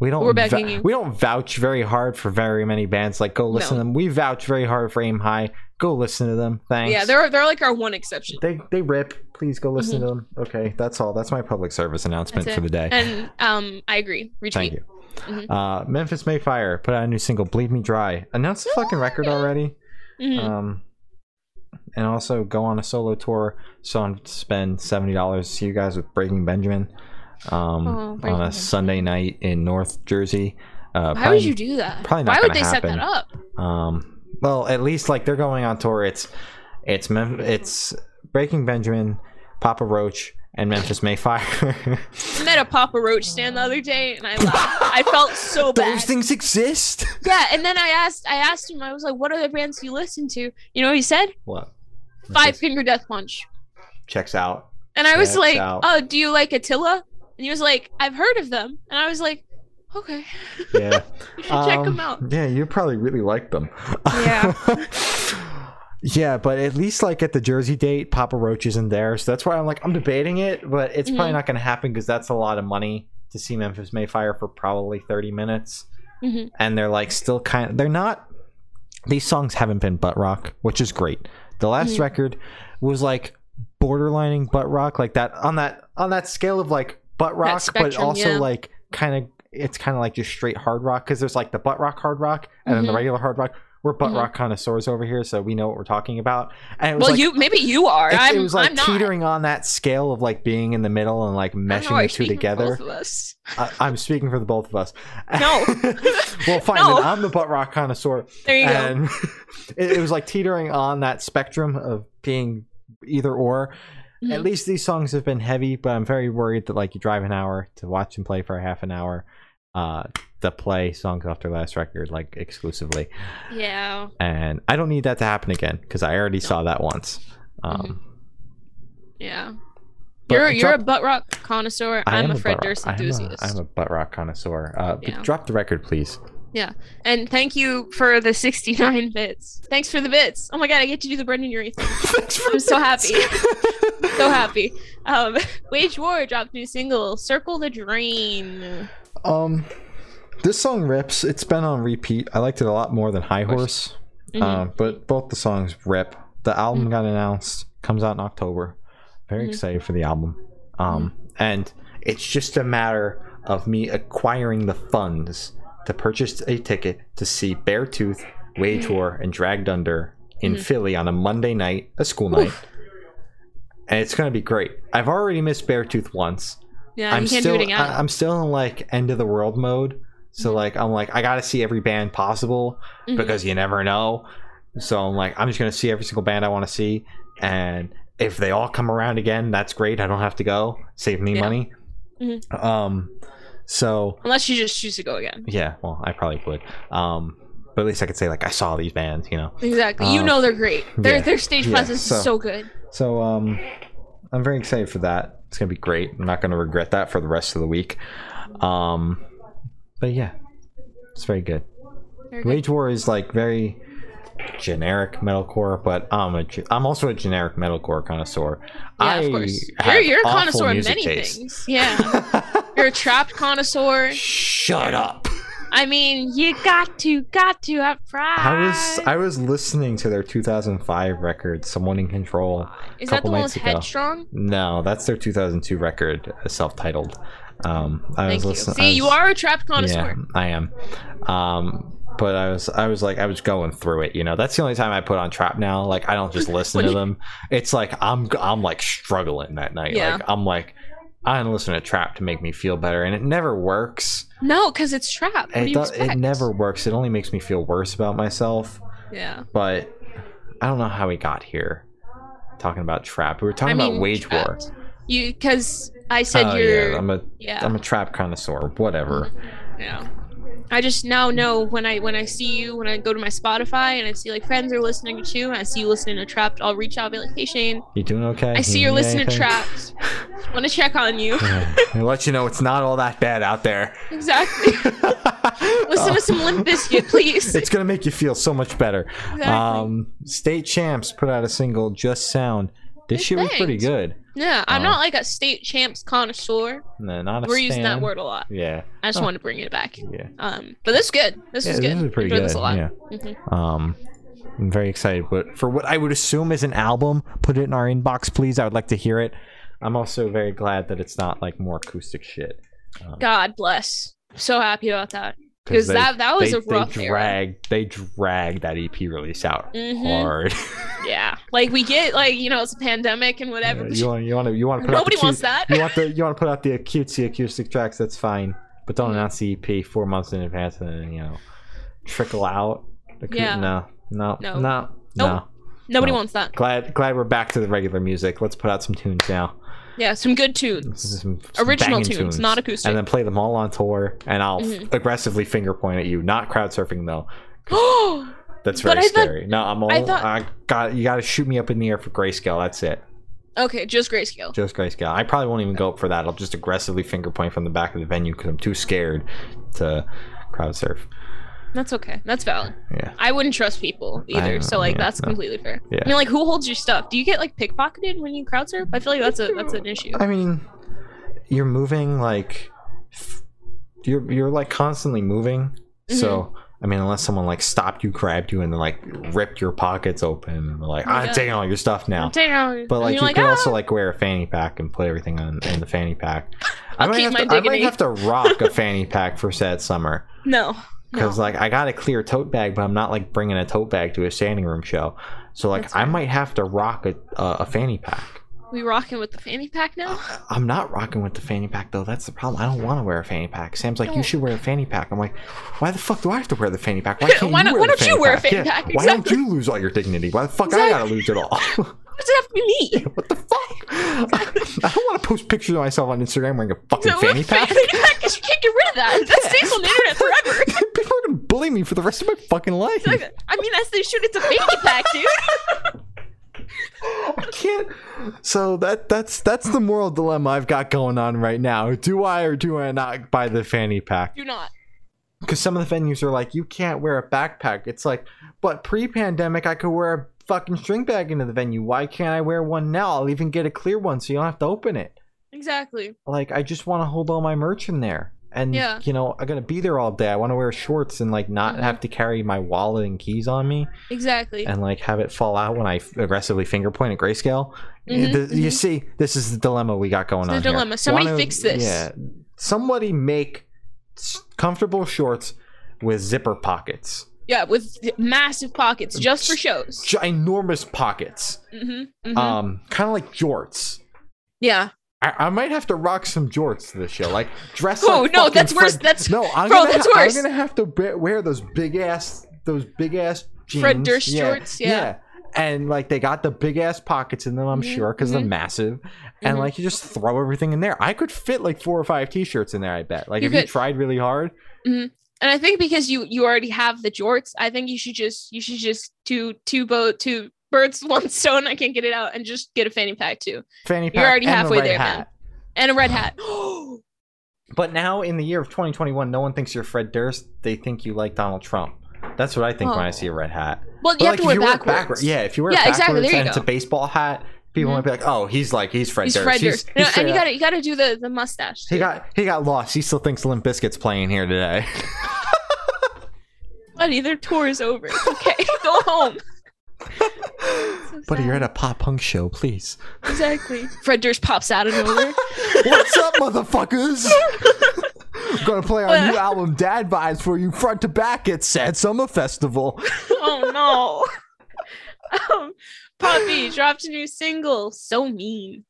Speaker 2: We don't
Speaker 1: We're
Speaker 2: vou-
Speaker 1: begging you.
Speaker 2: we don't vouch very hard for very many bands. Like go listen
Speaker 1: No.
Speaker 2: to them. We vouch very hard for Aim High. Go listen to them. Thanks.
Speaker 1: Yeah, they're they're like our one exception.
Speaker 2: they they rip. Please go listen to them. Okay, that's all. That's my public service announcement
Speaker 1: That's
Speaker 2: for
Speaker 1: it.
Speaker 2: the day.
Speaker 1: And um I agree. Retweet.
Speaker 2: Thank you.
Speaker 1: Mhm.
Speaker 2: Uh, Memphis Mayfire put out a new single, "Bleed Me Dry." Announced the fucking record already.
Speaker 1: Mhm.
Speaker 2: Um, and also go on a solo tour. So I'm spend seventy dollars to see you guys with Breaking Benjamin. Um,
Speaker 1: Oh, Breaking
Speaker 2: on a
Speaker 1: Benjamin.
Speaker 2: Sunday night in North Jersey. Uh,
Speaker 1: Why would
Speaker 2: probably-
Speaker 1: you do that?
Speaker 2: probably not
Speaker 1: Why would
Speaker 2: gonna
Speaker 1: they set
Speaker 2: happen.
Speaker 1: that up?
Speaker 2: Um, well, at least like they're going on tour. It's it's Mem- it's Breaking Benjamin, Papa Roach, and Memphis Mayfire.
Speaker 1: at a Papa Roach stand the other day and I
Speaker 2: (laughs)
Speaker 1: laughed. (laughs) I felt so bad.
Speaker 2: Those things exist.
Speaker 1: yeah, and then I asked I asked him, I was like, what other bands do you listen to? You know what he said?
Speaker 2: What? What's
Speaker 1: Five
Speaker 2: this?
Speaker 1: Finger Death Punch.
Speaker 2: checks out.
Speaker 1: And I was
Speaker 2: Checks
Speaker 1: like,
Speaker 2: out.
Speaker 1: oh, do you like Attila? And he was like, I've heard of them. And I was like, okay,
Speaker 2: Yeah.
Speaker 1: you should check
Speaker 2: Um,
Speaker 1: them out.
Speaker 2: Yeah, you probably really like them.
Speaker 1: Yeah.
Speaker 2: (laughs) yeah, but at least like at the Jersey date, Papa Roach isn't there, so that's why I'm like I'm debating it, but it's probably
Speaker 1: Mhm.
Speaker 2: not going to happen because that's a lot of money to see Memphis Mayfire for probably 30 minutes,
Speaker 1: Mhm.
Speaker 2: and they're like still kind of they're not. These songs haven't been butt rock, which is great. The last
Speaker 1: Mhm.
Speaker 2: record was like borderlining butt rock, like that on that on that scale of like butt rock, but
Speaker 1: spectrum,
Speaker 2: also
Speaker 1: yeah.
Speaker 2: like kind of it's kind of like just straight hard rock because there's like the butt rock hard rock and then the
Speaker 1: Mhm.
Speaker 2: regular hard rock. We're butt
Speaker 1: Mhm.
Speaker 2: rock connoisseurs over here, so we know what we're talking about. And it was
Speaker 1: Well,
Speaker 2: like,
Speaker 1: you maybe you are.
Speaker 2: it,
Speaker 1: I'm,
Speaker 2: it was like
Speaker 1: I'm not.
Speaker 2: teetering on that scale of like being in the middle and like
Speaker 1: I don't know
Speaker 2: meshing
Speaker 1: why
Speaker 2: the
Speaker 1: you're
Speaker 2: two
Speaker 1: speaking for
Speaker 2: together.
Speaker 1: both of us.
Speaker 2: I, I'm speaking for the both of us.
Speaker 1: No.
Speaker 2: (laughs) well, fine.
Speaker 1: No.
Speaker 2: Then I'm the butt rock connoisseur,
Speaker 1: There you go.
Speaker 2: and (laughs) it, it was like teetering on that spectrum of being either or. At
Speaker 1: Mhm.
Speaker 2: least these songs have been heavy, but I'm very worried that like you drive an hour to watch and play for a half an hour, uh, to play songs off their last record like exclusively,
Speaker 1: Yeah.
Speaker 2: and I don't need that to happen again because I already saw that once.
Speaker 1: Mm-hmm.
Speaker 2: Um,
Speaker 1: Yeah.
Speaker 2: But
Speaker 1: you're you're a
Speaker 2: drop-
Speaker 1: butt rock connoisseur.
Speaker 2: I
Speaker 1: I'm
Speaker 2: am
Speaker 1: a Fred
Speaker 2: butt rock-
Speaker 1: Durst
Speaker 2: I am a-
Speaker 1: enthusiast.
Speaker 2: I'm a, butt rock connoisseur. Uh, but
Speaker 1: Yeah.
Speaker 2: Drop the record, please.
Speaker 1: And thank you for the 69 bits. Thanks for the bits. Oh my god, I get to do the Brendan Urie thing.
Speaker 2: (laughs) Thanks for
Speaker 1: I'm so
Speaker 2: this.
Speaker 1: happy.
Speaker 2: (laughs)
Speaker 1: so happy. Um, (laughs) Wage War dropped new single, Circle the Drain.
Speaker 2: Um, this song rips. It's been on repeat. I liked it a lot more than High Horse.
Speaker 1: Mhm.
Speaker 2: Um, but both the songs rip. The album
Speaker 1: Mm-hmm.
Speaker 2: got announced, comes out in October. Very
Speaker 1: Mhm.
Speaker 2: excited for the album. Um,
Speaker 1: Mm-hmm.
Speaker 2: and it's just a matter of me acquiring the funds to purchase a ticket to see Beartooth,
Speaker 1: Mm-hmm.
Speaker 2: Wage War, and Dragged Under in
Speaker 1: Mhm.
Speaker 2: Philly on a Monday night, a school night. And it's gonna be great. I've already missed Beartooth once.
Speaker 1: yeah,
Speaker 2: I'm
Speaker 1: Uh, you can't
Speaker 2: still uh,
Speaker 1: do it again.
Speaker 2: I, am still in like end of the world mode. So
Speaker 1: Mhm.
Speaker 2: like I'm like I gotta see every band possible
Speaker 1: Mhm.
Speaker 2: because you never know. So I'm like I'm just gonna see every single band I want to see, and if they all come around again, that's great. I don't have to go. Save me
Speaker 1: Yeah.
Speaker 2: money.
Speaker 1: Mhm.
Speaker 2: Um, so
Speaker 1: Unless you just choose to go again.
Speaker 2: yeah, well I probably would. Um, but at least I could say like I saw these bands, you know.
Speaker 1: Exactly. you
Speaker 2: Uh,
Speaker 1: know they're great. Their
Speaker 2: yeah.
Speaker 1: their stage
Speaker 2: Yeah,
Speaker 1: presence
Speaker 2: so-
Speaker 1: is so good.
Speaker 2: So um, I'm very excited for that. It's gonna be great. I'm not gonna regret that for the rest of the week. Um, but yeah, it's very good.
Speaker 1: They're good.
Speaker 2: Wage War is like very generic metalcore, but I'm a ge- I'm also a generic metalcore connoisseur.
Speaker 1: Yeah,
Speaker 2: I
Speaker 1: of course. You're
Speaker 2: have
Speaker 1: you're a
Speaker 2: awful
Speaker 1: connoisseur of
Speaker 2: music
Speaker 1: many
Speaker 2: taste.
Speaker 1: things. Yeah.
Speaker 2: (laughs)
Speaker 1: You're a trapped connoisseur.
Speaker 2: Shut up.
Speaker 1: I mean, you got to, got to have pride.
Speaker 2: I was I was listening to their 2005 record, "Someone in Control."
Speaker 1: Is that
Speaker 2: couple
Speaker 1: the one
Speaker 2: nights
Speaker 1: with
Speaker 2: ago.
Speaker 1: Headstrong?
Speaker 2: No, that's their 2002 record, uh, self-titled. Um, I
Speaker 1: Thank
Speaker 2: was
Speaker 1: you.
Speaker 2: listening.
Speaker 1: See,
Speaker 2: I was,
Speaker 1: you are a trapped connoisseur.
Speaker 2: Yeah, I am. Um, but I was, I was like, I was going through it. You know, that's the only time I put on trap now. Like, I
Speaker 1: (laughs)
Speaker 2: don't just listen to them. It's like I'm, I'm like struggling that night.
Speaker 1: Yeah.
Speaker 2: Like, I'm like, I don't listen to trap to make me feel better, and it never works.
Speaker 1: No, because it's trap. What do
Speaker 2: It,
Speaker 1: you
Speaker 2: does, it
Speaker 1: expect?
Speaker 2: never works. It only makes me feel worse about myself.
Speaker 1: Yeah.
Speaker 2: But I don't know how we got here talking about trap. We were talking
Speaker 1: I
Speaker 2: about
Speaker 1: mean,
Speaker 2: wage war.
Speaker 1: trapped. You because I said
Speaker 2: Oh,
Speaker 1: you're. Mm-hmm.
Speaker 2: yeah, I'm a,
Speaker 1: yeah.
Speaker 2: I'm a trap connoisseur. Whatever.
Speaker 1: yeah. I just now know when I when I see you when I go to my Spotify and I see like friends are listening to you and I see you listening to Trapped, I'll reach out and be like, "Hey Shane,
Speaker 2: You doing okay?
Speaker 1: I
Speaker 2: You
Speaker 1: see you're
Speaker 2: need
Speaker 1: listening to
Speaker 2: anything?
Speaker 1: Trapped.
Speaker 2: (laughs)
Speaker 1: Want to check on you?" (laughs)
Speaker 2: Yeah. I'll let you know it's not all that bad out there.
Speaker 1: exactly. (laughs) Listen
Speaker 2: Oh.
Speaker 1: to some Limp Bizkit, please.
Speaker 2: It's gonna make you feel so much better.
Speaker 1: exactly.
Speaker 2: Um, State Champs put out a single, "Just Sound." This
Speaker 1: Good
Speaker 2: shit was pretty
Speaker 1: thanks.
Speaker 2: good.
Speaker 1: yeah, I'm
Speaker 2: uh,
Speaker 1: not like a state champs connoisseur.
Speaker 2: No, not a
Speaker 1: We're using that
Speaker 2: stan.
Speaker 1: word a lot.
Speaker 2: Yeah,
Speaker 1: I just
Speaker 2: Oh.
Speaker 1: wanted to bring it back.
Speaker 2: yeah.
Speaker 1: Um, but this is good. This
Speaker 2: yeah,
Speaker 1: is good.
Speaker 2: This is pretty
Speaker 1: Enjoyed
Speaker 2: good.
Speaker 1: This a lot.
Speaker 2: Yeah.
Speaker 1: Mhm.
Speaker 2: Um, I'm very excited. But for what I would assume is an album, put it in our inbox, please. I would like to hear it. I'm also very glad that it's not like more acoustic shit.
Speaker 1: God bless. So happy about that because that that was
Speaker 2: they,
Speaker 1: Oh, a rough
Speaker 2: they
Speaker 1: era.
Speaker 2: dragged they dragged that EP release out
Speaker 1: Mhm.
Speaker 2: hard.
Speaker 1: Yeah, like we get like you know it's a pandemic and whatever.
Speaker 2: (laughs)
Speaker 1: but
Speaker 2: you want you want to you want to put
Speaker 1: Nobody
Speaker 2: out the
Speaker 1: wants
Speaker 2: cute-
Speaker 1: that.
Speaker 2: you want the you want to put out the cutesy acoustic tracks. That's fine, but
Speaker 1: Mm-hmm.
Speaker 2: don't announce the EP four months in advance and then you know trickle out. Acou-
Speaker 1: Yeah.
Speaker 2: No. No. No.
Speaker 1: No.
Speaker 2: No.
Speaker 1: Nope. Nobody
Speaker 2: No.
Speaker 1: wants that.
Speaker 2: Glad glad we're back to the regular music. Let's put out some tunes now.
Speaker 1: Yeah, some good
Speaker 2: This
Speaker 1: tunes.
Speaker 2: is some- some
Speaker 1: Original
Speaker 2: banging
Speaker 1: tunes, not acoustic.
Speaker 2: And then play them all on tour, and I'll f-
Speaker 1: Mhm.
Speaker 2: aggressively finger point at you. Not crowd surfing though.
Speaker 1: Oh,
Speaker 2: That's
Speaker 1: But
Speaker 2: very
Speaker 1: I thought-
Speaker 2: scary. no, I'm all.
Speaker 1: I
Speaker 2: I,
Speaker 1: thought-
Speaker 2: got you. Got to shoot me up in the air for grayscale. That's it.
Speaker 1: (gasps) okay, just grayscale.
Speaker 2: Just grayscale. I probably won't even go up for that. I'll just aggressively finger point from the back of the venue because I'm too scared to crowd surf.
Speaker 1: That's okay. That's valid.
Speaker 2: Yeah.
Speaker 1: I wouldn't trust people either,
Speaker 2: know,
Speaker 1: so like
Speaker 2: yeah,
Speaker 1: that's
Speaker 2: no.
Speaker 1: completely fair.
Speaker 2: Yeah.
Speaker 1: I mean, like, who holds your stuff? Do you get like pickpocketed when you crowd surf? I feel like that's a that's an issue.
Speaker 2: I mean, you're moving like f- you're you're like constantly moving.
Speaker 1: Mm-hmm.
Speaker 2: So I mean, unless someone like stopped you, grabbed you, and then like ripped your pockets open, and were like,
Speaker 1: Oh my
Speaker 2: "I'm
Speaker 1: God.
Speaker 2: taking all your stuff now."
Speaker 1: Damn.
Speaker 2: But
Speaker 1: And
Speaker 2: like,
Speaker 1: you're
Speaker 2: you can
Speaker 1: "Ah."
Speaker 2: also like wear a fanny pack and put everything on in the
Speaker 1: (laughs)
Speaker 2: fanny pack. I
Speaker 1: I'll
Speaker 2: might
Speaker 1: keep
Speaker 2: have
Speaker 1: my
Speaker 2: to, I might
Speaker 1: dignity.
Speaker 2: have to rock a fanny pack for said summer
Speaker 1: "Ah!" no, (laughs) no.
Speaker 2: because like I got a clear tote bag, but I'm not like bringing a tote bag to a standing room show. So like,
Speaker 1: That's
Speaker 2: I
Speaker 1: fair.
Speaker 2: might have to rock a, a, a fanny pack.
Speaker 1: we rocking with the fanny pack
Speaker 2: (sighs)
Speaker 1: now.
Speaker 2: I- I'm not rocking with the fanny pack though. That's the problem. I don't want to wear a fanny pack. Sam's like,
Speaker 1: No.
Speaker 2: you should wear a fanny pack. I'm like, why the fuck do I have to wear the fanny pack? Why
Speaker 1: (laughs)
Speaker 2: can't
Speaker 1: Why
Speaker 2: you
Speaker 1: not-
Speaker 2: wear
Speaker 1: why
Speaker 2: the
Speaker 1: don't you
Speaker 2: fanny
Speaker 1: wear a
Speaker 2: pack?
Speaker 1: fanny
Speaker 2: Yeah,
Speaker 1: pack?
Speaker 2: Why don't you lose all your dignity? Why the fuck I gotta lose
Speaker 1: (laughs)
Speaker 2: it all? (laughs)
Speaker 1: Why does it have to be me?
Speaker 2: what the fuck? I don't want to post pictures of myself on Instagram wearing a fucking
Speaker 1: So, (laughs)
Speaker 2: fanny pack. (laughs)
Speaker 1: Fanny pack, 'cause you can't get rid of that. (laughs) That stays on the internet forever.
Speaker 2: People are gonna bully me for the rest of my fucking life.
Speaker 1: I mean, as they should. It's a fanny pack, (laughs) dude.
Speaker 2: I can't. So that that's that's the moral dilemma I've got going on right now. Do I or do I not buy the fanny pack?
Speaker 1: Do not.
Speaker 2: because some of the venues are like, you can't wear a backpack. It's like, but pre-pandemic, I could wear a fucking string bag into the venue. Why can't I wear one now? I'll even get a clear one, so you don't have to open it.
Speaker 1: Exactly.
Speaker 2: Like, I just want to hold all my merch in there, and
Speaker 1: Yeah.
Speaker 2: you know, I'm gonna be there all day. I want to wear shorts and like not
Speaker 1: Mhm.
Speaker 2: have to carry my wallet and keys on me,
Speaker 1: Exactly.
Speaker 2: and like have it fall out when I f- aggressively finger point at grayscale.
Speaker 1: Mhm,
Speaker 2: Th- You
Speaker 1: mhm.
Speaker 2: see, this is the dilemma we got
Speaker 1: It's
Speaker 2: going
Speaker 1: the
Speaker 2: on. here.
Speaker 1: dilemma. Somebody
Speaker 2: Wanna-
Speaker 1: fix this.
Speaker 2: Yeah, somebody make s- comfortable shorts with zipper pockets,
Speaker 1: yeah, with massive pockets just for shows.
Speaker 2: ginormous pockets,
Speaker 1: hmm
Speaker 2: um, kind of like jorts.
Speaker 1: yeah.
Speaker 2: I-, I might have to rock some jorts to the show. Like dress.
Speaker 1: Oh,
Speaker 2: like
Speaker 1: no,
Speaker 2: fucking
Speaker 1: that's worse.
Speaker 2: Fred-
Speaker 1: That's-
Speaker 2: no. I'm
Speaker 1: bro,
Speaker 2: gonna
Speaker 1: that's
Speaker 2: ha-
Speaker 1: worse.
Speaker 2: I'm gonna have to be- wear those big ass, those big ass jeans.
Speaker 1: Fred Durst jorts, yeah.
Speaker 2: And like they got the big ass pockets in them, I'm
Speaker 1: Mhm,
Speaker 2: sure, because they're
Speaker 1: mhm.
Speaker 2: massive. And
Speaker 1: Mhm.
Speaker 2: like you just throw everything in there. I could fit like four or five t-shirts in there. I bet. Like
Speaker 1: You
Speaker 2: if you
Speaker 1: could.
Speaker 2: tried really hard,
Speaker 1: And I think because you you already have the jorts, I think you should just you should just do two boat two birds (laughs) one stone. I can't get it out and just get a fanny pack too
Speaker 2: fanny pack.
Speaker 1: You're already
Speaker 2: and the
Speaker 1: halfway
Speaker 2: red
Speaker 1: there,
Speaker 2: hat.
Speaker 1: man. and a red hat. (gasps) Oh,
Speaker 2: But now in the year of 2021, no one thinks you're Fred Durst. They think you like Donald Trump. That's what I think when I
Speaker 1: Oh.
Speaker 2: see a red hat.
Speaker 1: well, you
Speaker 2: But
Speaker 1: have
Speaker 2: like
Speaker 1: to
Speaker 2: if
Speaker 1: wear
Speaker 2: you wear it
Speaker 1: backwards.
Speaker 2: backwards, yeah. If you wear it
Speaker 1: Yeah,
Speaker 2: backwards
Speaker 1: exactly, there you
Speaker 2: and it's a
Speaker 1: go.
Speaker 2: baseball hat, people
Speaker 1: Mhm.
Speaker 2: might be like, "Oh, he's like he's Fred
Speaker 1: He's
Speaker 2: Durst.
Speaker 1: Fred Durst. No,
Speaker 2: he's
Speaker 1: and you
Speaker 2: straight up-
Speaker 1: got to you got to do the the mustache.
Speaker 2: he
Speaker 1: too.
Speaker 2: got he got lost. He still thinks Limp Bizkit's playing here today. (laughs)
Speaker 1: Buddy, their tour is over. It's okay, (laughs) go home.
Speaker 2: Buddy,
Speaker 1: sad.
Speaker 2: you're at a pop punk show, please.
Speaker 1: Exactly. Fred Durst pops out of nowhere.
Speaker 2: What's up, motherfuckers? Gonna play our
Speaker 1: (laughs)
Speaker 2: new album, Dad Vibes, for you front to back at Sad Summer Festival.
Speaker 1: (laughs) oh no. Um, Poppy dropped a new single. So mean.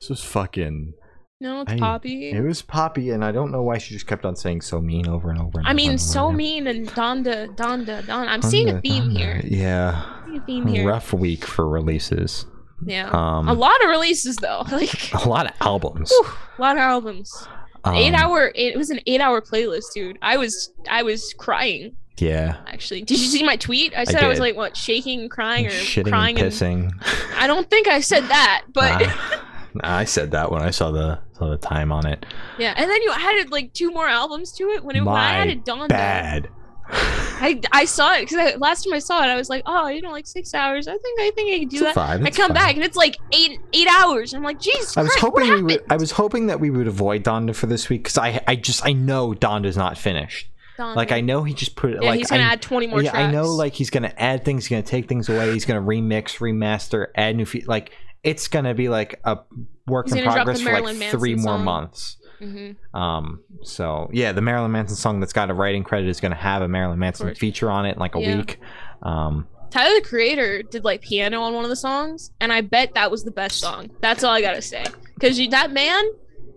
Speaker 2: This was fucking
Speaker 1: No, it's
Speaker 2: Hey,
Speaker 1: Poppy.
Speaker 2: It was Poppy, and I don't know why she just kept on saying "so mean" over and over. And
Speaker 1: I
Speaker 2: over
Speaker 1: mean,
Speaker 2: and over
Speaker 1: so
Speaker 2: again.
Speaker 1: mean and Donda, Donda, Don. I'm seeing a
Speaker 2: Thunder,
Speaker 1: theme
Speaker 2: thunder.
Speaker 1: here.
Speaker 2: Yeah,
Speaker 1: I'm seeing a theme here.
Speaker 2: rough week for releases.
Speaker 1: Yeah.
Speaker 2: Um,
Speaker 1: a lot of releases though. (laughs) Like
Speaker 2: (laughs) a lot of albums.
Speaker 1: whew, a lot of albums.
Speaker 2: Um,
Speaker 1: eight hour. It was an eight hour playlist, dude. I was I was crying
Speaker 2: Yeah,
Speaker 1: actually. Did you see my tweet? I said I, was
Speaker 2: did.
Speaker 1: like what shaking, and crying, or
Speaker 2: shitting
Speaker 1: crying
Speaker 2: and pissing.
Speaker 1: And, I don't think I said that, (laughs)
Speaker 2: (laughs)
Speaker 1: but
Speaker 2: Ah. I said that when I saw the saw the time on it.
Speaker 1: (laughs) yeah. And then you added like two more albums to it when it when I
Speaker 2: My
Speaker 1: added Donda.
Speaker 2: Bad.
Speaker 1: I I saw it because last time I saw it, I was like, oh, you know, like six hours. I think I think I could do
Speaker 2: It's
Speaker 1: that.
Speaker 2: a vibe,
Speaker 1: I
Speaker 2: it's
Speaker 1: come
Speaker 2: fine.
Speaker 1: back and it's like eight eight hours. I'm like, Jesus.
Speaker 2: I was
Speaker 1: Christ,
Speaker 2: hoping
Speaker 1: what
Speaker 2: we would. I
Speaker 1: happened?"
Speaker 2: was hoping that we would avoid Donda for this week because I I just I know Donda's not finished.
Speaker 1: Done.
Speaker 2: Like I know he just put it
Speaker 1: Uh-huh. yeah,
Speaker 2: like
Speaker 1: he's gonna
Speaker 2: I,
Speaker 1: add 20 more
Speaker 2: yeah,
Speaker 1: tracks.
Speaker 2: I know. Like he's gonna add things, he's gonna take things away, he's gonna remix, remaster, add new feet. Like it's gonna be like a work
Speaker 1: He's
Speaker 2: in
Speaker 1: gonna drop the
Speaker 2: progress for like
Speaker 1: Marilyn Manson
Speaker 2: three more
Speaker 1: song.
Speaker 2: months.
Speaker 1: Mhm.
Speaker 2: Um. So yeah, the Marilyn Manson song that's got a writing credit is gonna have a Marilyn Manson
Speaker 1: course.
Speaker 2: feature on it in like a
Speaker 1: Yeah.
Speaker 2: week. Um.
Speaker 1: Tyler the Creator did like piano on one of the songs, and I bet that was the best song. That's all I gotta say. Cause you, that man,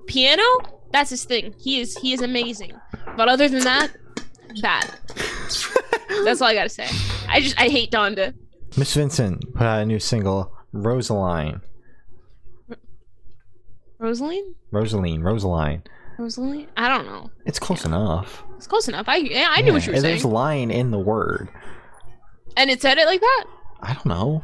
Speaker 1: piano, that's his thing. He is he is amazing. But other than that,
Speaker 2: (laughs)
Speaker 1: bad. that's all I gotta say. I just I hate Donda.
Speaker 2: Miss Vincent put out a new single, Rosaline.
Speaker 1: Rosaline?
Speaker 2: Rosaline, Rosaline.
Speaker 1: Rosaline? I don't know.
Speaker 2: It's close enough.
Speaker 1: It's close enough. I yeah, I knew what
Speaker 2: Yeah,
Speaker 1: you were saying.
Speaker 2: and There's lion in the word.
Speaker 1: and it said it like that.
Speaker 2: I
Speaker 1: (laughs)
Speaker 2: don't know.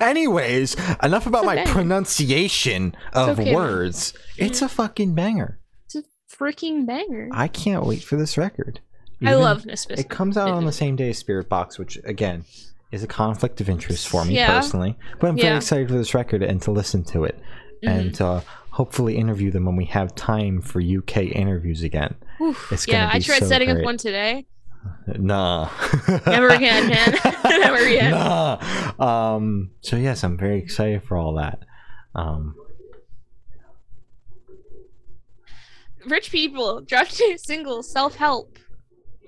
Speaker 2: Anyways, enough about
Speaker 1: It's a
Speaker 2: my
Speaker 1: banger.
Speaker 2: pronunciation of
Speaker 1: okay.
Speaker 2: words. It's a fucking banger.
Speaker 1: It's a freaking banger. I,
Speaker 2: I can't wait for this record. Even-
Speaker 1: love Nisbis.
Speaker 2: It comes out on the same day as Spirit Box, which again is a conflict of interest for me
Speaker 1: Yeah.
Speaker 2: personally. But I'm very
Speaker 1: Yeah. Mm-hmm.
Speaker 2: excited for this record and to listen to it and to hopefully interview them when we have time for UK interviews again.
Speaker 1: Oof.
Speaker 2: it's
Speaker 1: yeah,
Speaker 2: gonna
Speaker 1: I
Speaker 2: be
Speaker 1: tried
Speaker 2: so
Speaker 1: setting
Speaker 2: great.
Speaker 1: up one today.
Speaker 2: Nah.
Speaker 1: (laughs) Never again,
Speaker 2: (laughs)
Speaker 1: man. Never again.
Speaker 2: Nah. Um, so yes, I'm very excited for all that. Um,
Speaker 1: Rich people (laughs) dropped a single self help.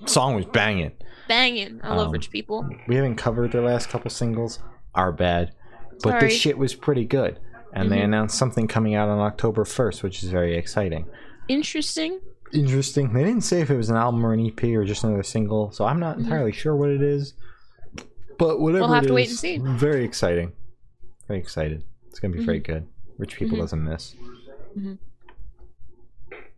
Speaker 2: song was banging.
Speaker 1: Banging. I love
Speaker 2: Um,
Speaker 1: rich people.
Speaker 2: We haven't covered their last couple singles. Our bad. But
Speaker 1: Sorry.
Speaker 2: this shit was pretty good. And they
Speaker 1: Mhm.
Speaker 2: announced something coming out on October 1st, which is very exciting.
Speaker 1: Interesting.
Speaker 2: Interesting. They didn't say if it was an album or an EP or just another single, so I'm not
Speaker 1: Mhm.
Speaker 2: entirely sure what it is. But whatever
Speaker 1: We'll have
Speaker 2: it
Speaker 1: to wait
Speaker 2: is,
Speaker 1: and
Speaker 2: Very exciting. Very excited. It's gonna be very good. Rich people
Speaker 1: Mhm.
Speaker 2: doesn't miss.
Speaker 1: Mhm.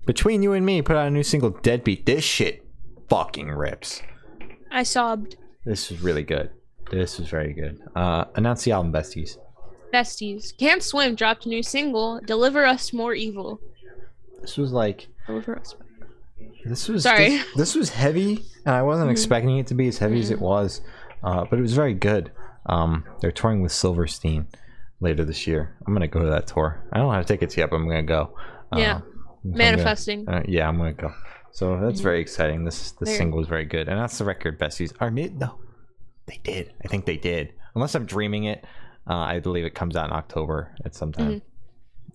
Speaker 2: Between you and me, put out a new single, "Deadbeat." This shit fucking rips.
Speaker 1: I sobbed.
Speaker 2: This is really good. This is very good. Uh, announce the album, besties.
Speaker 1: Besties. Can't Swim dropped a new single, Deliver Us More Evil.
Speaker 2: This was like
Speaker 1: Deliver Us
Speaker 2: This was
Speaker 1: Sorry.
Speaker 2: This, this was heavy, and I wasn't
Speaker 1: Mhm.
Speaker 2: expecting it to be as heavy
Speaker 1: Mm.
Speaker 2: as it was, uh, but it was very good. Um, they're touring with Silverstein later this year. I'm gonna go to that tour. I don't have tickets yet, but I'm gonna go.
Speaker 1: Yeah.
Speaker 2: Uh, I'm gonna-
Speaker 1: Manifesting.
Speaker 2: uh, yeah, I'm gonna go. So that's
Speaker 1: Mhm.
Speaker 2: very exciting. This this
Speaker 1: Very.
Speaker 2: single is very good, and that's the record. Bessie's or ni- no, they did. I think they did. Unless I'm dreaming it, uh, I believe it comes out in October at some time.
Speaker 1: Mm-hmm.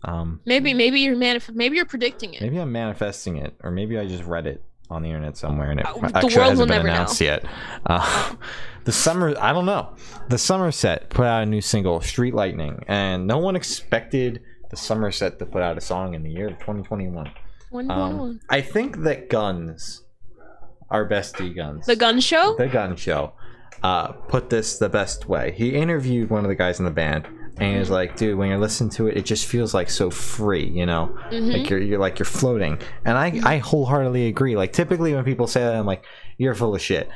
Speaker 2: Um,
Speaker 1: Maybe maybe you're manif- maybe you're predicting it.
Speaker 2: Maybe I'm manifesting it, or maybe I just read it on the internet somewhere, and it
Speaker 1: Uh, the
Speaker 2: actually
Speaker 1: world
Speaker 2: hasn't
Speaker 1: will
Speaker 2: been
Speaker 1: never know.
Speaker 2: announced yet. Uh, the summer, I don't know. The Somerset put out a new single, "Street Lightning," and no one expected the Somerset to put out a song in the year of 2021.
Speaker 1: One, one,
Speaker 2: Um,
Speaker 1: one.
Speaker 2: I think that Guns, our bestie Guns,
Speaker 1: The gun show?
Speaker 2: the gun show uh, put this the best way. He interviewed one of the guys in the band, and he was like, "Dude, when you're listening to it, it just feels like so free, you know,
Speaker 1: Mhm.
Speaker 2: like you're you're like you're floating." And I I wholeheartedly agree. Like typically when people say that, I'm like, "You're full of shit."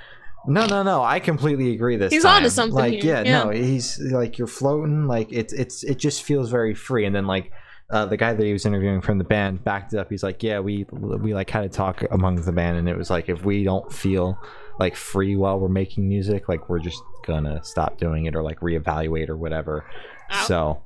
Speaker 2: No, no, no. I completely agree. This
Speaker 1: He's
Speaker 2: time.
Speaker 1: onto something
Speaker 2: Like,
Speaker 1: here,
Speaker 2: yeah, no, he's like you're floating. Like it's it's it just feels very free. And then like uh, the guy that he was interviewing from the band backed it up. He's like, yeah, we we like had a talk among the band, and it was like if we don't feel like free while we're making music, like we're just gonna stop doing it or like reevaluate or whatever.
Speaker 1: Ow.
Speaker 2: So.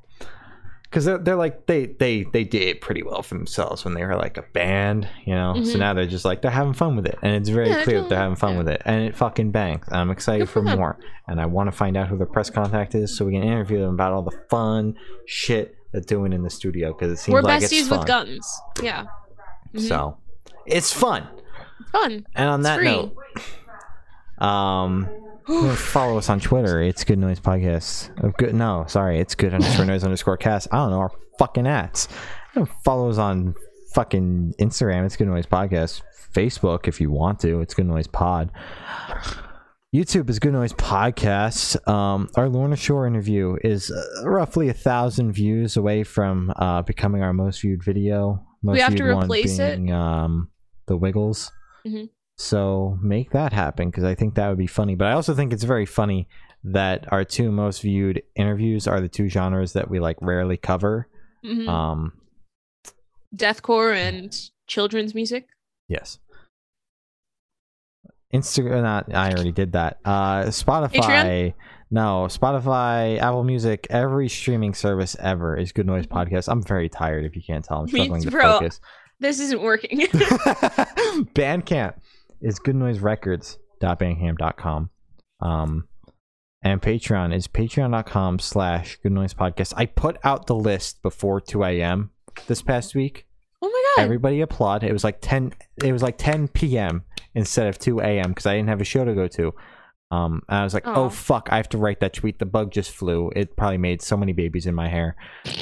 Speaker 2: Cause they're, they're like they they they did it pretty well for themselves when they were like a band, you know. So
Speaker 1: Mhm.
Speaker 2: now they're just like they're having fun with it, and it's very
Speaker 1: Yeah, I
Speaker 2: clear that
Speaker 1: don't-
Speaker 2: they're having fun
Speaker 1: yeah.
Speaker 2: with it, and it fucking bangs. I'm
Speaker 1: Good
Speaker 2: excited for
Speaker 1: for them.
Speaker 2: more, and I want to find out who their press contact is so we can interview them about all the fun shit they're doing in the studio because it seems
Speaker 1: We're
Speaker 2: like it's
Speaker 1: besties
Speaker 2: fun.
Speaker 1: with guns. Yeah. Mhm.
Speaker 2: So it's fun.
Speaker 1: Fun.
Speaker 2: And on
Speaker 1: It's
Speaker 2: that
Speaker 1: free.
Speaker 2: note, (sighs) um, follow us on Twitter. It's Good Noise Podcast. Oh, good. No, sorry. It's Good underscore Noise underscore Cast. I don't know our fucking ads. And follow us on fucking Instagram. It's Good Noise Podcast. Facebook, if you want to. It's Good Noise Pod. YouTube is Good Noise Podcast. Um, our Lorna Shore interview is uh, roughly a thousand views away from uh, becoming our most viewed video. Most
Speaker 1: We have to
Speaker 2: viewed one
Speaker 1: replace it.
Speaker 2: being, Um, the Wiggles.
Speaker 1: Mhm.
Speaker 2: So make that happen because I think that would be funny. But I also think it's very funny that our two most viewed interviews are the two genres that we like rarely cover.
Speaker 1: Mhm.
Speaker 2: Um,
Speaker 1: Deathcore and children's music.
Speaker 2: yes. Instagram. Not. I already did that. Uh, Spotify.
Speaker 1: Patreon?
Speaker 2: No, Spotify, Apple Music, every streaming service ever is Good Noise Podcast. I'm very tired. If you can't tell, I'm
Speaker 1: Mm-hmm. Me
Speaker 2: struggling
Speaker 1: too,
Speaker 2: to
Speaker 1: bro.
Speaker 2: focus. (laughs)
Speaker 1: This isn't working. (laughs)
Speaker 2: Bandcamp is goodnoiserecords.bandcamp.com. Um, and Patreon is patreon.com slash goodnoisepodcast. I put out the list before 2 a.m. this past week.
Speaker 1: oh my god.
Speaker 2: Everybody applaud. It was like 10 it was like 10 p.m. instead of 2 a.m. because I didn't have a show to go to. Um, and I was like, oh.
Speaker 1: Aw.
Speaker 2: fuck, I have to write that tweet. The bug just flew. It probably made so many babies in my hair.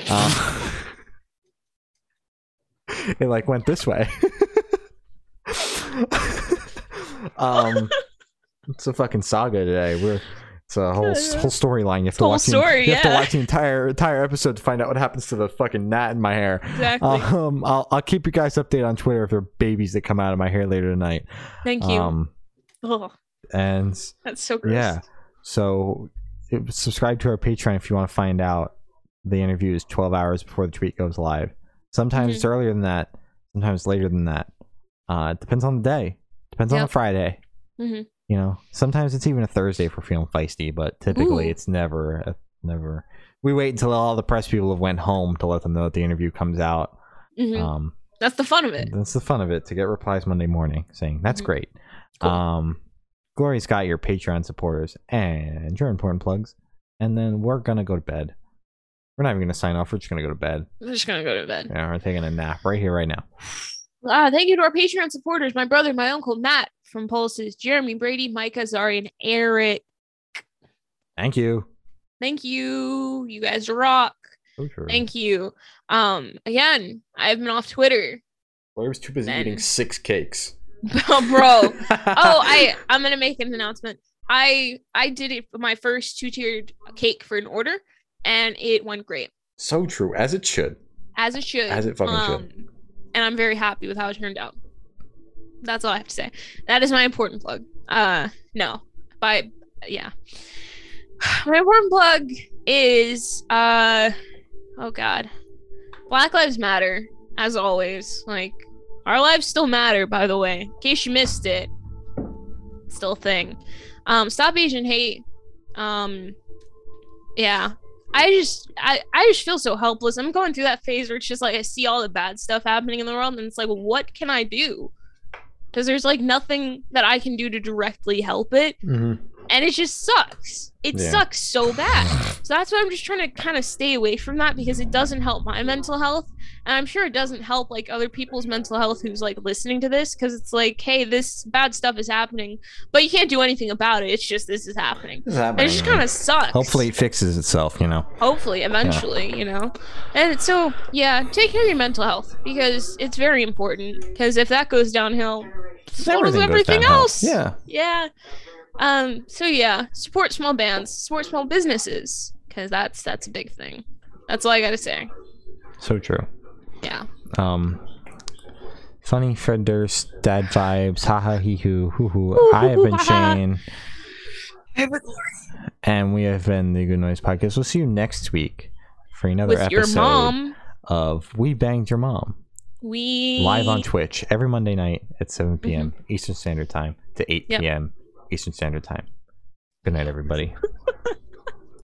Speaker 2: Um, (laughs) it like went this way. (laughs) um, it's a fucking saga today. We're It's a
Speaker 1: (laughs)
Speaker 2: whole whole storyline. You have to
Speaker 1: Whole
Speaker 2: watch. the-
Speaker 1: story,
Speaker 2: you have to
Speaker 1: yeah.
Speaker 2: watch the entire entire episode to find out what happens to the fucking gnat in my hair.
Speaker 1: Exactly.
Speaker 2: Um, I'll I'll keep you guys updated on Twitter if there are babies that come out of my hair later tonight.
Speaker 1: Thank you.
Speaker 2: Um,
Speaker 1: oh,
Speaker 2: and
Speaker 1: that's so gross.
Speaker 2: yeah, so it- subscribe to our Patreon if you want to find out. The interview is 12 hours before the tweet goes live. Sometimes it's earlier than that. Sometimes later than that. Uh, it depends on the day. Depends on a
Speaker 1: Yep.
Speaker 2: Friday.
Speaker 1: Mhm.
Speaker 2: You know, sometimes it's even a Thursday if we're feeling feisty, but typically
Speaker 1: Ooh.
Speaker 2: it's never, uh, never. We wait until all the press people have went home to let them know that the interview comes out.
Speaker 1: Mhm.
Speaker 2: Um,
Speaker 1: that's the fun of it.
Speaker 2: that's the fun of it to get replies Monday morning saying that's
Speaker 1: Mhm.
Speaker 2: great.
Speaker 1: Cool.
Speaker 2: Um, Glory's got your Patreon supporters and your important plugs, and then we're gonna go to bed. We're not even gonna sign off. We're just gonna go to bed.
Speaker 1: I'm just gonna go to bed.
Speaker 2: Yeah, we're taking a nap right here, right now.
Speaker 1: Uh, thank you to our Patreon supporters, my brother, my uncle Matt from Pulses, Jeremy, Brady, Micah, Zari, and Eric.
Speaker 2: Thank you.
Speaker 1: Thank you. You guys rock.
Speaker 2: Oh, sure.
Speaker 1: Thank you. Um, again, I've been off Twitter. (laughs)
Speaker 2: Glory was too busy
Speaker 1: Ben.
Speaker 2: eating six cakes.
Speaker 1: Bro.
Speaker 2: (laughs)
Speaker 1: oh, I I'm gonna make an announcement. I I did it for my first two tiered cake for an order, and it went great
Speaker 2: so true, as it should.
Speaker 1: as it should. Um,
Speaker 2: As it fucking should.
Speaker 1: And I'm very happy with how it turned out. That's all I have to say. That is my important plug. Uh, no, by yeah. (sighs) My important plug is uh, oh god, Black Lives Matter as always. Like our lives still matter, by the way. In case you missed it, still a thing. Um, stop Asian hate. Um, yeah. I just I, I just feel so helpless. I'm going through that phase where it's just like I see all the bad stuff happening in the world and it's like what can I do? Cuz there's like nothing that I can do to directly help it
Speaker 2: Mhm.
Speaker 1: and it just sucks. It
Speaker 2: Yeah.
Speaker 1: sucks so
Speaker 2: (sighs)
Speaker 1: bad. So that's why I'm just trying to kind of stay away from that because it doesn't help my mental health, and I'm sure it doesn't help like other people's mental health who's like listening to this because it's like, hey, this bad stuff is happening, but you can't do anything about it. It's just this is happening.
Speaker 2: This is
Speaker 1: And it
Speaker 2: happening.
Speaker 1: just kind of sucks.
Speaker 2: Hopefully, it fixes itself. You know.
Speaker 1: hopefully, eventually, you know. And it's so yeah, take care of your mental health because it's very important. Because if that goes downhill, so does
Speaker 2: goes
Speaker 1: everything
Speaker 2: downhill.
Speaker 1: else.
Speaker 2: Yeah.
Speaker 1: Yeah. Um. So yeah, support small bands, support small businesses, because that's that's a big thing. That's all I gotta say.
Speaker 2: So true.
Speaker 1: Yeah.
Speaker 2: um funny fred durst dad vibes haha hee hoo hoo hoo i have been shane and we have been the good noise podcast we'll see you next week for another
Speaker 1: With
Speaker 2: episode
Speaker 1: your mom,
Speaker 2: of we banged your mom
Speaker 1: we
Speaker 2: live on twitch every monday night at 7 p.m eastern standard time to 8
Speaker 1: Mm-hmm. Yep.
Speaker 2: p.m eastern standard time good night everybody